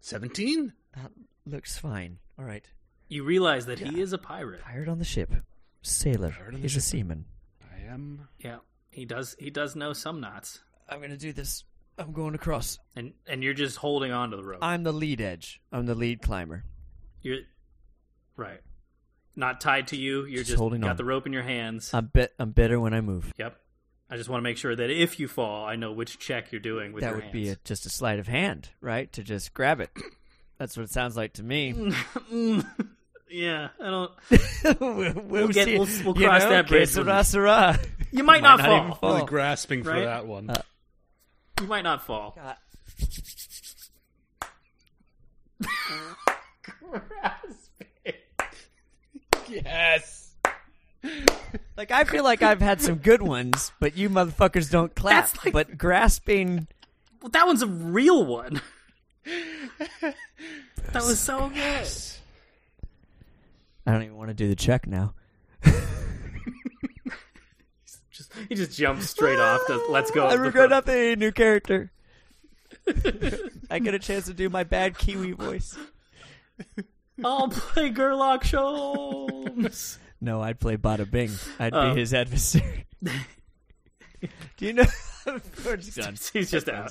E: Seventeen.
B: That looks fine. All right,
C: You realize that he is a pirate.
B: hired on the ship, sailor.
E: Hired on the
B: He's a seaman.
E: I am.
C: Yeah, he does he does know some knots,
B: I'm gonna do this. I'm going across.
C: and and you're just holding on to the rope.
B: I'm the lead edge. I'm the lead climber.
C: You're right. Not tied to you. You're
B: Just
C: just,
B: holding
C: got
B: on.
C: the rope in your hands.
B: I'm bet. I'm better when I move.
C: yep. I just want to make sure that if you fall, I know which check you're doing with
B: that
C: your
B: would
C: hands.
B: be a, just a sleight of hand, right? To just grab it. That's what it sounds like to me.
C: Mm. yeah, I don't.
B: we'll,
C: We'll get-
B: see-
C: we'll- we'll
B: you
C: cross
B: know,
C: that
B: okay,
C: bridge
B: Sarah,
C: when-
B: Sarah.
C: You
B: Might
C: might, not,
B: not
C: fall.
B: even fall.
E: Really grasping for
C: Right?
E: that one.
B: Uh,
C: You might not fall.
B: God.
E: yes.
B: Like I feel like I've had some good ones, but you motherfuckers don't clap.
C: That's like-
B: But grasping,
C: Well, that one's a real one. that was so good.
B: I don't even want to do the check now.
C: Just he just jumps straight off. To, Let's go.
B: I
C: off the
B: regret
C: front.
B: not the new character. I get a chance to do my bad Kiwi voice.
C: I'll play Gerlock Sholmes.
B: No, I'd play Bada Bing. I'd
C: Oh.
B: be his adversary. do you know? We're just done.
C: He's just out.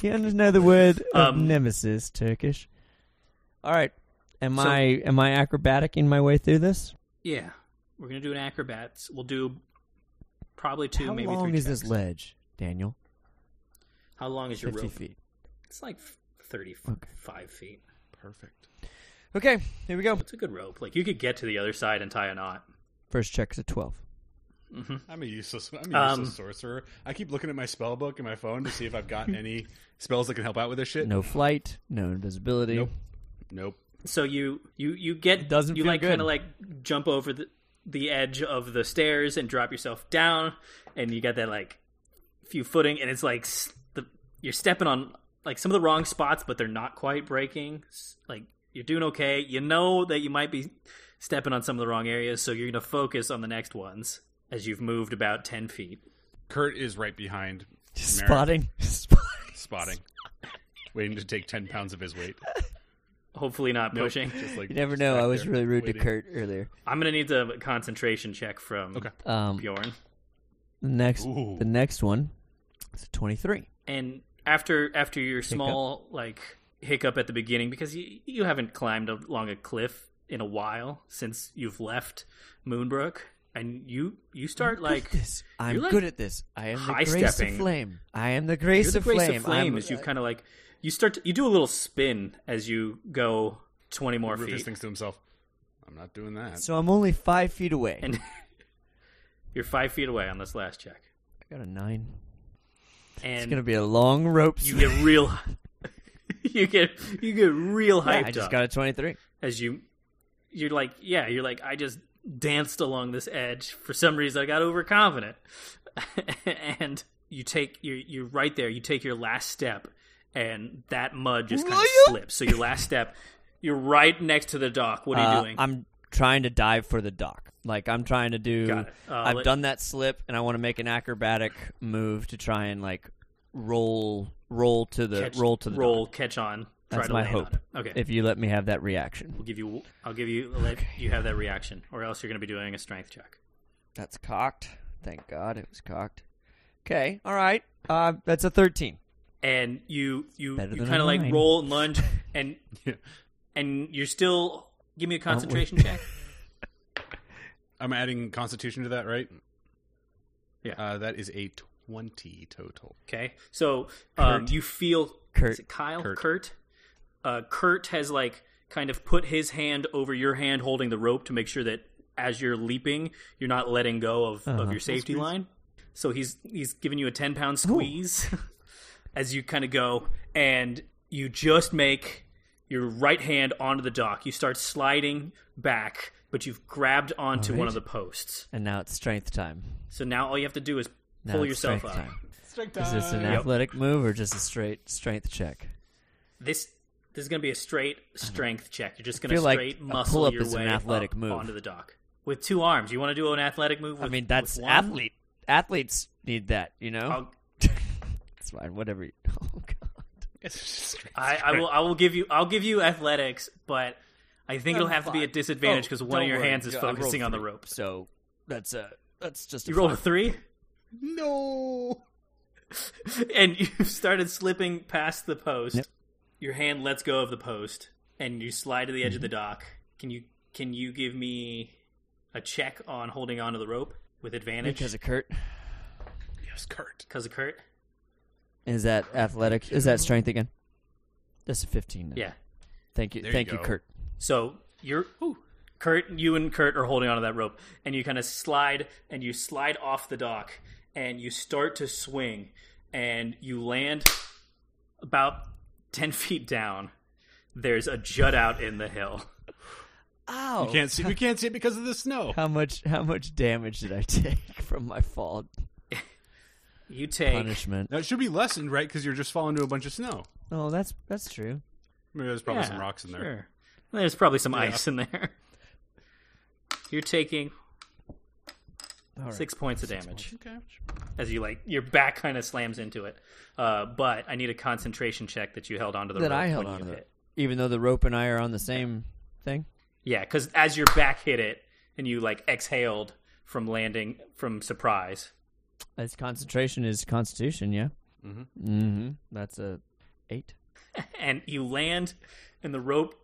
B: Do you know the word of
C: Um,
B: nemesis Turkish? All right. Am I am I acrobaticing my way through this?
C: Yeah, we're gonna do an acrobats. We'll do probably two,
B: How
C: maybe
B: long
C: three
B: is this
C: checks.
B: ledge, Daniel?
C: How long is your
B: Fifty
C: rope?
B: feet.
C: It's like thirty-five feet.
A: Perfect.
B: Okay, here we go.
C: It's a good rope. Like you could get to the other side and tie a knot.
B: First check's a twelve.
A: I'm a useless. I'm a
C: Um,
A: useless sorcerer. I keep looking at my spell book and my phone to see if I've gotten any spells that can help out with this shit.
B: No flight, no invisibility.
A: Nope. Nope.
C: So you you you get
B: doesn't
C: you
B: feel
C: like
B: good.
C: kind of like jump over the the edge of the stairs and drop yourself down, and you got that like few footing, and it's like s- the you're stepping on like some of the wrong spots, but they're not quite breaking. S- Like you're doing okay. You know that you might be stepping on some of the wrong areas, so you're gonna focus on the next ones as you've moved about ten feet.
A: Kurt is right behind. Merrick,
B: Spotting. Spotting.
A: Spotting. Waiting to take ten pounds of his weight.
C: Hopefully, not
A: Nope.
C: pushing.
A: Just like
B: You never know. I was really rude
A: waiting.
B: to Kurt earlier.
C: I'm gonna need the concentration check from
A: Okay.
B: Um,
C: Bjorn.
B: the next,
A: Ooh.
B: the next one, is twenty-three.
C: and after after your small like hiccup at the beginning because you you haven't climbed along a cliff in a while since you've left Moonbrook and you you start like
B: this. I'm
C: you're, like,
B: good at this. I am the grace
C: high-stepping.
B: of flame. I am the grace,
C: you're the
B: of,
C: grace
B: flame.
C: of flame
B: I'm-
C: as you kind of like you start to, you do a little spin as you go 20 more
A: Rufus
C: feet
A: thinks to himself, "I'm not doing that."
B: so I'm only five feet away.
C: and you're 5 feet away on this last check
B: I got a nine. It's
C: and
B: gonna be a long rope.
C: you
B: swing.
C: get real you get you get real hyped
B: Yeah, I
C: up.
B: just got a twenty-three.
C: as you you're like yeah you're like i just danced along this edge for some reason i got overconfident and you take you're, you're right there you take your last step and that mud just kind of slips so your last step you're right next to the dock what are you
B: Uh,
C: doing
B: I'm trying to dive for the dock. Like I'm trying to do.
C: Got it. Uh,
B: I've
C: let-
B: done that slip, and I want to make an acrobatic move to try and like roll, roll to the
C: catch,
B: roll to the
C: roll
B: dock.
C: catch on try
B: That's
C: to
B: my
C: land
B: hope.
C: on it. okay
B: If you let me have that reaction,
C: we'll give you i'll give you let you have that reaction or else you're going to be doing a strength check
B: that's cocked. Thank God it was cocked. Okay, all right. Uh, that's a thirteen.
C: and you you,
B: Better
C: you
B: than
C: kind
B: a
C: of like
B: nine.
C: roll and lunge and and you're still give me a
B: we?
C: concentration check
A: I'm adding Constitution to that, right?
C: Yeah.
A: Uh, that is a twenty total.
C: okay so um, you feel
B: Kurt.
C: is it Kyle
A: Kurt.
C: Kurt uh, Kurt has like kind of put his hand over your hand holding the rope to make sure that as you're leaping you're not letting go of,
B: Uh-huh.
C: of your safety line so he's he's giving you a 10 pound squeeze as you kind of go and you just make your right hand onto the dock you start sliding back but you've grabbed onto one of the posts
B: And now it's strength time.
C: so now all you have to do is
B: Now
C: pull
B: it's
C: yourself up
B: strength Time. Is this an athletic move or just a straight strength check?
C: this this is going to be a straight strength check. You're just going
B: Uh-huh. I feel
C: to
B: like
C: straight
B: a
C: muscle
B: pull-up
C: your
B: is an
C: way
B: athletic
C: up
B: move.
C: onto the dock with two arms. You want to do an athletic move? With,
B: I mean, that's
C: with one? Oh.
B: athlete. Athletes need that, you know.
C: I'll,
B: It's fine. Whatever. You, oh god.
E: Ah,
C: I, I will. I will give you. I'll give you athletics, but I think it'll have to be a disadvantage
B: Oh,
C: because one of your hands is focusing on the rope.
B: So that's a that's just a
C: You roll a
B: five.
C: three,
A: No.
C: and you started slipping past the post.
B: Yep.
C: Your hand lets go of the post, and you slide to the edge of the
B: Mm-hmm.
C: dock. Can you? Can you give me a check on holding onto the rope with advantage?
B: because of Kurt.
A: Yes, Kurt.
C: because of Kurt.
B: Is that athletic? Is that strength again? That's a fifteen. then.
C: Yeah.
B: Thank you.
A: There you
B: Thank you,
A: go.
B: Kurt.
C: So you're ooh, Kurt, you and Kurt are holding onto that rope, and you kind of slide and you slide off the dock, and you start to swing, and you land about ten feet down. There's a jut out in the hill.
B: Ow.
A: We can't see. We can't see it because of the snow.
B: How much? How much damage did I take from my fall?
C: You take
B: Punishment.
A: Now it should be lessened, right? Because you're just falling to a bunch of snow.
B: Oh, that's that's true.
A: Maybe there's probably
C: Yeah,
A: some rocks in there.
C: Sure. There's probably some ice in there. You're taking Six points of damage. As you like, your back kind of slams into it. Uh, but I need a concentration check that you held onto the
B: That
C: rope
B: I held
C: when you
B: onto it.
C: hit.
B: Even though the rope and I are on the same thing.
C: Yeah, because as your back hit it and you like exhaled from landing from surprise.
B: Its concentration is constitution, yeah? Mm-hmm. Mm-hmm. That's a eight.
C: and you land, and the rope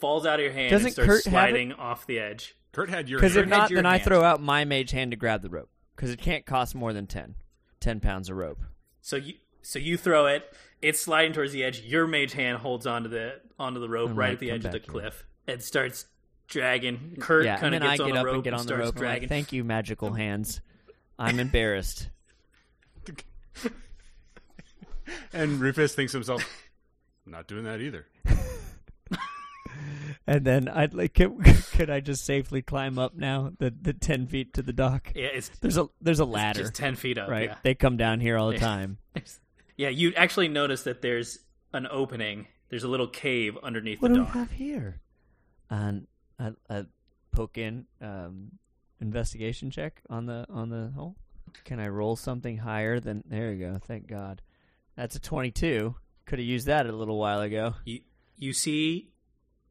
C: falls out of your hand
B: Doesn't
C: and starts
B: Kurt have it?
C: sliding off the edge.
A: Kurt had your
B: Because if
A: hand.
B: not,
C: your
B: then I
C: hand.
B: throw out my mage hand to grab the rope. Because it can't cost more than 10. 10 pounds of rope.
C: So you so you throw it. It's sliding towards the edge. Your mage hand holds onto the onto the rope
B: I'm
C: right
B: like,
C: at the
B: "Come
C: edge of the
B: back here."
C: cliff and starts dragging. Kurt
B: yeah, and
C: kind of
B: then
C: gets
B: I
C: on
B: get
C: the
B: up
C: rope
B: and get on the rope.
C: starts
B: and I'm like,
C: dragging.
B: Thank you, magical hands. I'm embarrassed.
A: and Rufus thinks to himself, "I'm not doing that either."
B: And then I'd like, could, could I just safely climb up now the, the 10 feet to the dock?
C: yeah, it's
B: There's a there's a ladder,
C: just ten feet up.
B: right?
C: Yeah.
B: They come down here all the time.
C: yeah, you actually notice that there's an opening. There's a little cave underneath
B: What
C: the
B: do we
C: dock.
B: have here? And I, I poke in um, investigation check on the on the hole. Can I roll something higher than? There you go. Thank God. That's a twenty-two. Could have used that a little while ago.
C: You you see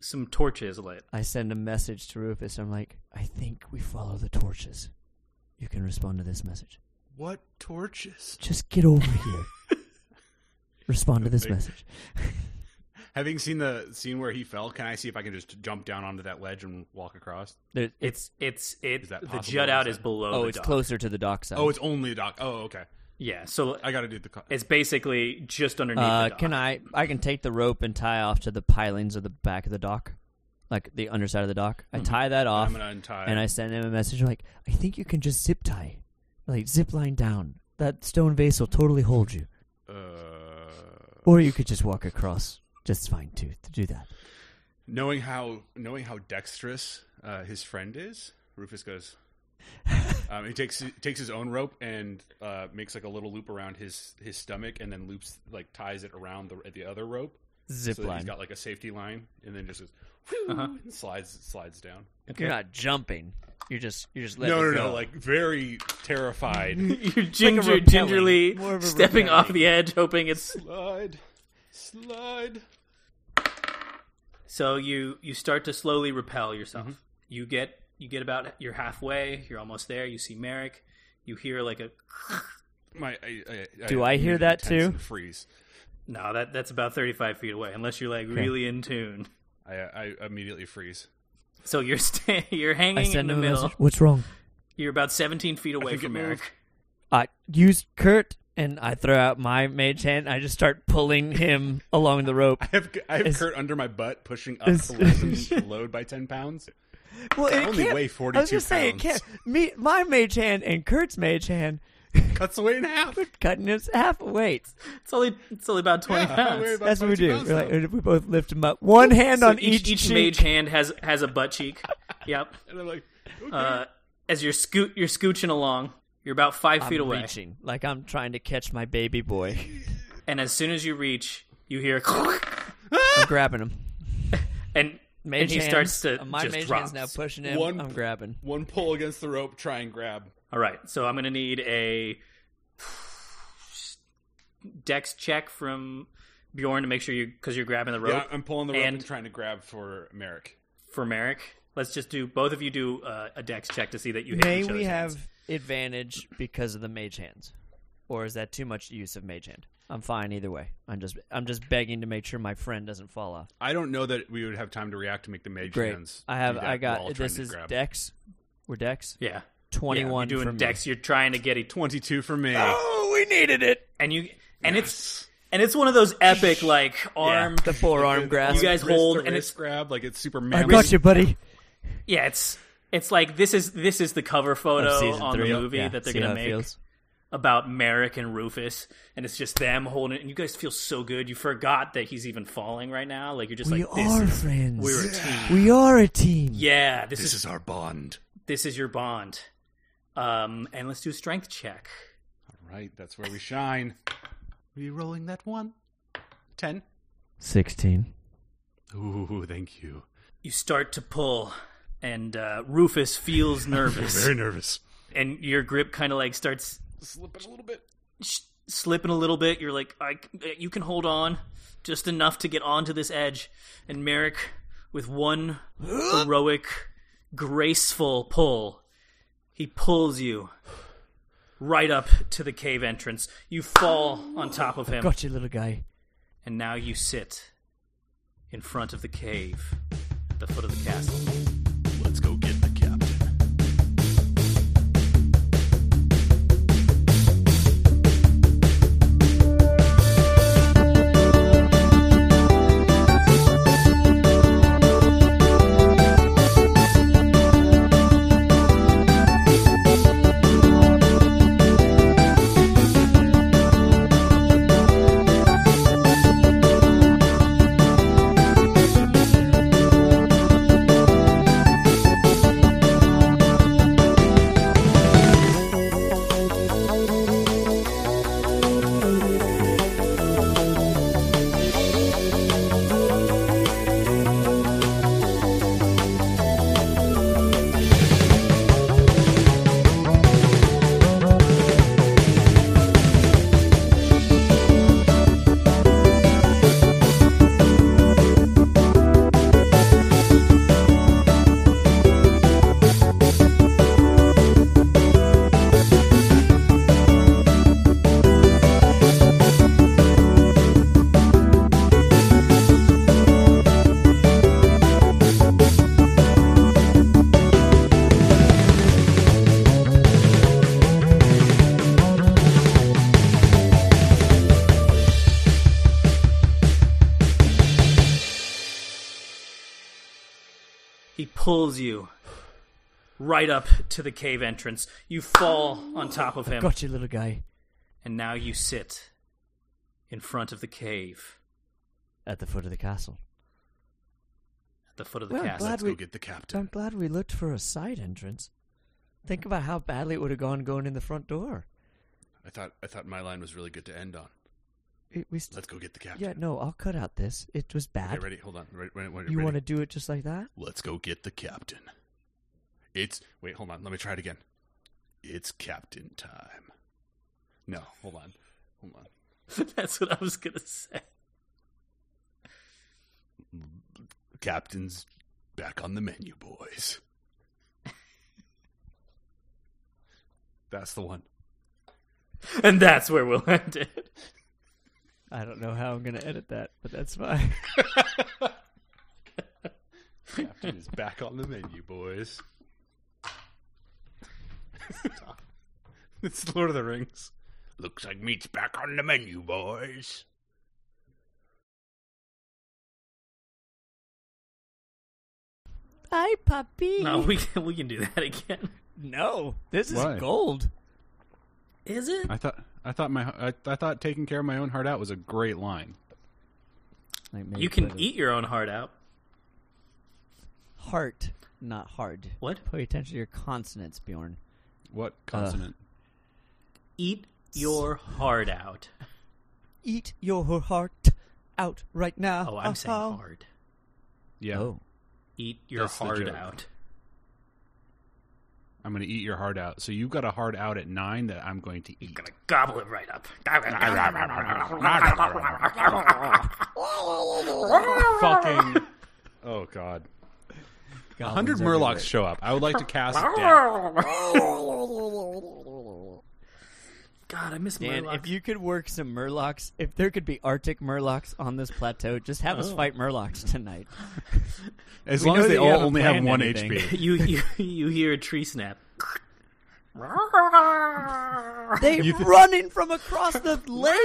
C: some torches lit.
B: I send a message to Rufus. I'm like, I think we follow the torches. You can respond to this message.
E: What torches?
B: Just get over here. respond to this message.
A: Having seen the scene where he fell, can I see if I can just jump down onto that ledge and walk across?
B: There,
C: It's it's it.
A: Is that
C: The
A: possible,
C: jut out
A: is
C: is
A: it?
C: below.
B: oh,
C: the
B: it's
C: dock.
B: closer to the dock side.
A: Oh, it's only a dock. Oh, okay.
C: Yeah, so
A: I got to do the. Co-
C: it's basically just underneath.
B: Uh,
C: the dock.
B: can I? I can take the rope and tie off to the pilings of the back of the dock, like the underside of the dock. I tie that off,
A: I'm gonna untie.
B: and I send him a message like, "I think you can just zip tie, like zip line down. That stone vase will totally hold you,
A: uh,
B: or you could just walk across, just fine too. To do that,
A: knowing how knowing how dexterous uh, his friend is, Rufus goes. um, he takes takes his own rope and uh, makes like a little loop around his his stomach, and then loops like ties it around the the other rope.
B: zip Uh-huh.
A: so that he's got like a safety line, and then just goes, whew, and slides slides down.
B: You're not jumping. You're just you're just
A: no, no, no, like very terrified.
C: You're ginger,
B: repelling,
C: gingerly
B: more of a
C: stepping
B: repelling.
C: off the edge, hoping it's
A: slide, slide.
C: so you. You start to slowly repel yourself.
A: Mm-hmm.
C: You get you get about you're halfway. You're almost there. You see Merrick. You hear like a
A: My, I, I,
B: Do I hear
A: immediately
B: that
A: tense
B: too?
A: and Freeze.
C: no. That that's about thirty five feet away, unless you're like really in tune.
A: I, I immediately freeze.
C: So you're sta- you're
B: I
C: hanging in
B: send
C: the
B: him a
C: middle.
B: message. What's wrong?
C: You're about seventeen feet away
A: think
C: from
A: it
C: Merrick.
A: moved.
B: I use Kurt, and I throw out my mage hand. I just start pulling him along the rope.
A: I have, I have
B: Is-
A: Kurt under my butt, pushing up
B: is-
A: to lessen load by ten pounds.
B: Well, it
A: only
B: can't-
A: weigh
B: I was
A: 42
B: gonna say it
A: pounds.
B: can't. Me, my mage hand and Kurt's mage hand
A: Cuts away in half.
B: cutting his half weight.
C: It's only it's only about twenty
A: Yeah, I
C: pounds.
A: weigh about
B: That's what we
A: 22
B: do.
A: pounds
B: We're
A: now.
B: like, we both lift him up. One hand
C: So
B: on each,
C: each
B: cheek.
C: mage hand has has a butt cheek. yep.
A: and I'm like, okay.
C: Uh, as you're scoot you're scooching along, you're about 5
B: I'm
C: feet away,
B: reaching like I'm trying to catch my baby boy.
C: and as soon as you reach, you hear
B: I'm grabbing him.
C: and
B: Mage
C: and he
B: hand-
C: starts to
B: my
C: just
B: mage
C: drop.
B: hand's now pushing him.
A: One-
B: I'm grabbing.
A: one pull against the rope, try and grab.
C: All right, so I'm gonna need a dex check from Bjorn to make sure you because you're grabbing the rope
A: Yeah, I'm pulling the rope and,
C: And-
A: trying to grab for Merrick.
C: for Merrick. Let's just do both of you do uh, a dex check to see that you hit.
B: May
C: each
B: we
C: other's
B: have
C: hands.
B: advantage because of the mage hands, or is that too much use of mage hand? I'm fine either way. I'm just I'm just begging to make sure my friend doesn't fall off.
A: I don't know that we would have time to react to make the mage
B: Great.
A: hands.
B: I have.
A: do that
B: I
A: while
B: got.
A: trying
B: This
A: to
B: is
A: grab.
B: Dex. We're Dex.
C: yeah. Yeah,
B: Twenty-one.
C: you're
B: for
C: doing
B: me.
C: dex. You're trying to get a twenty,
A: Twenty-two for me.
B: Oh, we needed it.
C: and you and it's and it's one of those epic like arm.
B: The forearm grasp.
C: You guys
A: Wrist to
C: hold, and
A: wrist
C: it's
A: grab like it's super.
B: I
A: Mammoth.
B: got you, buddy.
C: Yeah, it's it's like this is this is the cover photo on the movie
B: Yeah,
C: that they're
B: see
C: gonna
B: how it
C: make
B: feels.
C: about Merrick and Rufus, and it's just them holding it. And you guys feel so good. You forgot that he's even falling right now. Like you're just
B: We
C: like this
B: are
C: is-
B: friends.
C: we're a team.
B: We are a team.
C: Yeah, this, is,
A: our bond.
C: this is your bond. Um, and let's do a strength check.
A: Right, that's where we shine.
E: Rerolling that one.
A: Ten.
B: Sixteen.
A: Ooh, thank you.
C: You start to pull, and uh, Rufus feels nervous.
A: nervous.
C: and your grip kind of like starts
E: Slipping a little bit.
C: sh- slipping a little bit. You're like, I, you can hold on just enough to get onto this edge. And Merrick, with one heroic, graceful pull, he pulls you right up to the cave entrance. You fall on top of him,
B: Got you, little guy.
C: and now you sit in front of the cave, at the foot of the castle.
E: Let's go get the captain.
C: He pulls you right up to the cave entrance. You fall on top of him.
B: Got you, little guy.
C: And now you sit in front of the cave,
B: At the foot of the castle.
C: at the foot of the
B: Well,
C: castle.
B: glad
E: Let's
B: we-
E: go get the
B: I'm
E: captain.
B: glad we looked for a side entrance. Think about how badly it would have gone going in the front door.
E: I thought I thought my line was really good to end on.
B: It, we st-
E: Let's go get the captain.
B: yeah, no, I'll cut out this. It was bad.
E: Okay, ready? Hold on. Ready, ready, ready,
B: you
E: ready?
B: want to do it just like that?
E: Let's go get the captain. It's wait, hold on. Let me try it again. It's captain time. No, hold on. Hold on.
C: That's what I was going to say.
E: Captain's back on the menu, boys. That's the one.
C: And that's where we'll end it.
B: I don't know how I'm going to edit that, but that's fine.
E: Captain is back on the menu, boys. Stop. it's Lord of the Rings. Looks like meat's back on the menu, boys.
B: Hi, puppy.
C: No, we can, we can do that again.
B: No, this is
A: Why?
B: gold.
C: Is it?
A: I thought I thought my I, I thought taking care of my own heart out was a great line.
B: Like maybe
C: You can
B: put a
C: eat your own heart out.
B: heart, not hard.
C: What?
B: Pay attention to your consonants, Bjorn.
A: What consonant?
C: Eat your heart out.
B: Eat your heart out right now.
C: Oh, I'm saying
B: Uh-huh.
C: hard.
A: yeah,
B: Oh,
C: Eat your
A: That's the
C: heart
A: joke.
C: out.
A: I'm going to eat your heart out. So you've got a heart out at nine that I'm going to eat.
C: Gonna gobble it right up.
A: Fucking. Oh God. A hundred
B: Goblins
A: Murlocs
B: everywhere.
A: show up. I would like to cast death.
C: God, I miss
B: Dan,
C: Murlocs.
B: if you could work some Murlocs, if there could be Arctic Murlocs on this plateau, just have
C: Oh.
B: us fight Murlocs tonight.
A: As
B: We
A: long as
B: know
A: they
B: that you
A: all
B: haven't
A: only have
B: planned
A: one
B: anything.
A: HP.
C: you, you you hear a tree snap.
B: They're running from across the lake.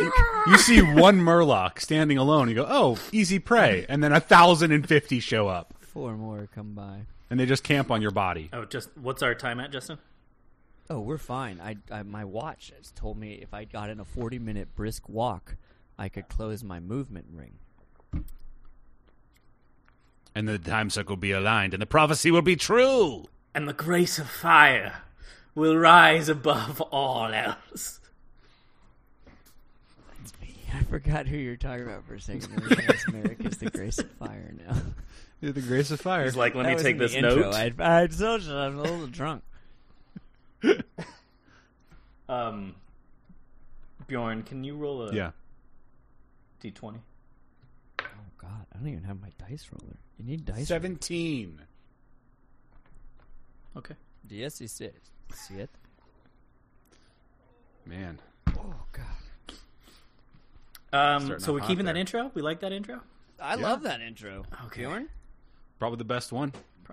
A: You see one Murloc standing alone. You go, oh, easy prey, and then a thousand and fifty show up,
B: Four more come by.
A: and they just camp on your body.
C: Oh, just what's our time at, Justin?
B: Oh, we're fine. I, I my watch has told me if I got in a forty-minute brisk walk, I could close my movement ring.
A: And the time suck will be aligned, and the prophecy will be true.
C: And the grace of fire will rise above all else.
B: I forgot who you're talking about for a second. Merrick is the grace of fire now.
A: The grace of fire.
C: He's like, let me take this
B: intro.
C: note.
B: I, I told you I'm a little drunk.
C: Um, Bjorn, can you roll a
A: Yeah.
C: D twenty?
B: Oh God, I don't even have my dice roller. You need dice. roller.
A: 17.
C: Okay.
B: 16. Siete.
A: Man.
B: Oh God,
C: Um, so
A: off
C: we're
A: hot
C: keeping
A: there.
C: that intro. We like that intro.
B: I love that intro.
C: Okay.
B: Bjorn,
A: Probably the best one.